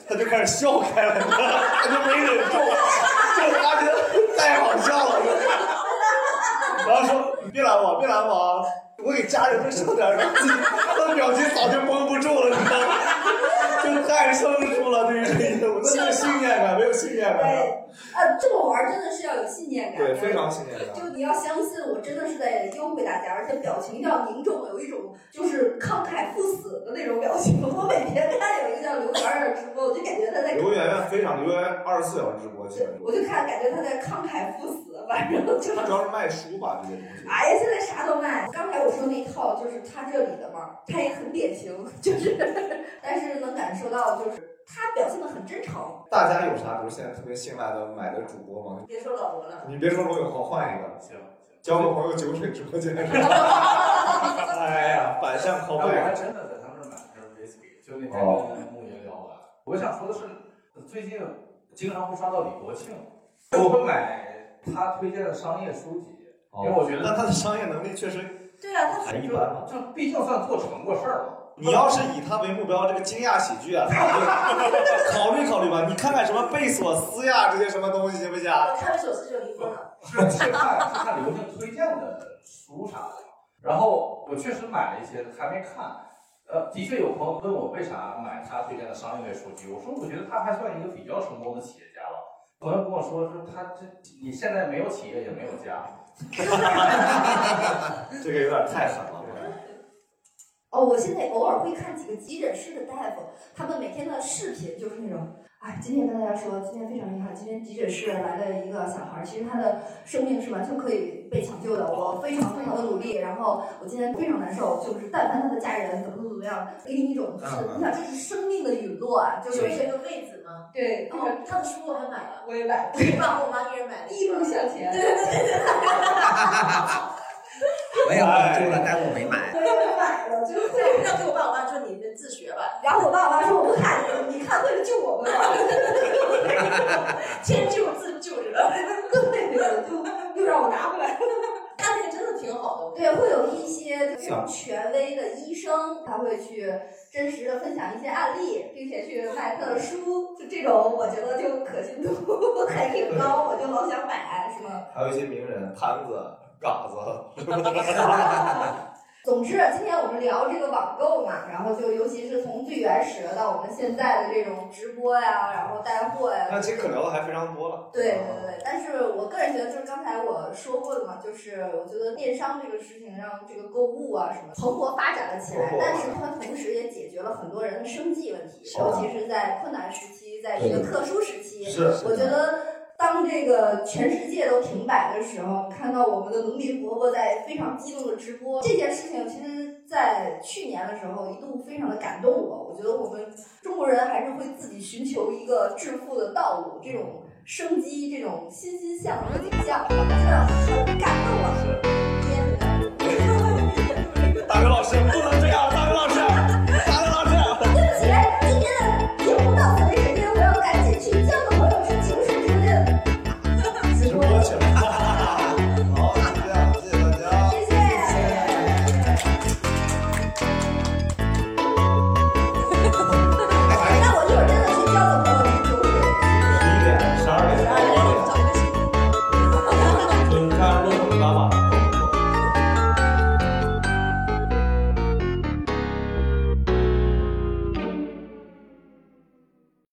[SPEAKER 2] 他就开始笑开了，他就没忍住，就他觉得太好笑了。然后说：“你别拦我，别拦我啊！我给家人们说点儿，自己他的表情早就绷不住了，你知道吗？就太生疏了，对于这一我真的信念感，没有信念感啊。
[SPEAKER 11] 啊，这么玩儿真的是要有信念感，
[SPEAKER 2] 对，非常信念感。
[SPEAKER 11] 就你要相信我真的是在优惠大家，而且表情要凝重，有一种就是慷慨赴死的那种表情。我每天看有一个叫刘媛儿的直播，我就感觉她在，
[SPEAKER 2] 刘媛媛非常，刘媛媛二十四小时直播，基本
[SPEAKER 11] 我就看感觉她在慷慨赴死，反正就
[SPEAKER 2] 她主要是卖书吧，这些东西。
[SPEAKER 11] 哎呀，现在啥都卖。刚才我说那一套就是他这里的嘛，他也很典型， 就是，但是能感受到就是他表现的很真诚。
[SPEAKER 2] 大家有啥，比如现在特别信赖的买的主播吗？
[SPEAKER 3] 别说老罗了，
[SPEAKER 2] 你别说罗永浩，换一个。行，交个朋友酒水直播间。 哎呀，反向
[SPEAKER 1] 哎
[SPEAKER 2] 拷
[SPEAKER 1] 我还
[SPEAKER 2] 贝。
[SPEAKER 1] 真的在他们那儿买了瓶威士忌，就那天跟木爷聊完。我想说的是，最近经常会刷到李国庆， 我会买他推荐的商业书籍，因为我觉得
[SPEAKER 2] 但他的商业能力确实
[SPEAKER 3] 对啊，
[SPEAKER 2] 他很一般嘛
[SPEAKER 1] 就毕竟算做成过事儿了。
[SPEAKER 2] 你要是以他为目标，这个惊讶喜剧啊，考虑考虑吧。你看看什么贝索斯呀，这些什么东西行不行？
[SPEAKER 3] 看了首次就离婚了。
[SPEAKER 1] 是是看是看刘静推荐的书啥的，然后我确实买了一些，还没看。呃，的确有朋友问我为啥买他推荐的商业类书籍，我说我觉得他还算一个比较成功的企业家了。朋友跟我说说他这你现在没有企业也没有家，
[SPEAKER 2] 这个有点太狠了。
[SPEAKER 11] 哦，我现在偶尔会看几个急诊室的大夫，他们每天的视频就是那种。
[SPEAKER 3] 哎，今天跟大家说，今天非常遗憾，今天急诊室来了一个小孩儿，其实他的生命是完全可以被抢救的。我非常非常的努力，然后我今天非常难受，就是但凡他的家人怎么怎么样，给你一种就是你想这是生命的陨落啊，就是
[SPEAKER 13] 有一个位置吗？
[SPEAKER 3] 对
[SPEAKER 13] 哦，他的书我还 买了，
[SPEAKER 3] 我也买了，
[SPEAKER 13] 我爸和我妈一人买了，
[SPEAKER 3] 一步向前。
[SPEAKER 13] 对对对对
[SPEAKER 4] 我也关注了，但我没买。
[SPEAKER 13] 对，我也买了，就是会让给我爸我妈说你们自学吧。
[SPEAKER 3] 然后我爸我妈说我不看，你看会救我们吗？
[SPEAKER 13] 先救自救着，对，
[SPEAKER 3] 就又让我拿回来。
[SPEAKER 13] 他那个真的挺好的，
[SPEAKER 3] 对，会有一些非常权威的医生，他会去真实的分享一些案例，并且去卖他的书，就这种我觉得就可信度 还挺高，我就老想买，是吗？
[SPEAKER 17] 还有一些名人，摊子、嘎 子，
[SPEAKER 3] 总之，今天我们聊这个网购嘛，然后就尤其是从最原始的到我们现在的这种直播呀，然后带货呀，
[SPEAKER 17] 那其实可聊的还非常多了。
[SPEAKER 3] 对对
[SPEAKER 2] 啊
[SPEAKER 3] 对，但是我个人觉得，就是刚才我说过的嘛，就是我觉得电商这个事情让这个购物啊什么蓬勃发展了起来
[SPEAKER 18] 蓬勃，
[SPEAKER 3] 但是它同时也解决了很多人的生计问题，
[SPEAKER 18] 是的
[SPEAKER 3] 尤其是在困难时期，在这个特殊时期，
[SPEAKER 18] 是是的
[SPEAKER 3] 我觉得。当这个全世界都停摆的时候，看到我们的农民伯伯在非常激动的直播这件事情，其实，在去年的时候一度非常的感动我。我觉得我们中国人还是会自己寻求一个致富的道路， 这种生机，这种欣欣向荣的景象，真的很感动啊！哎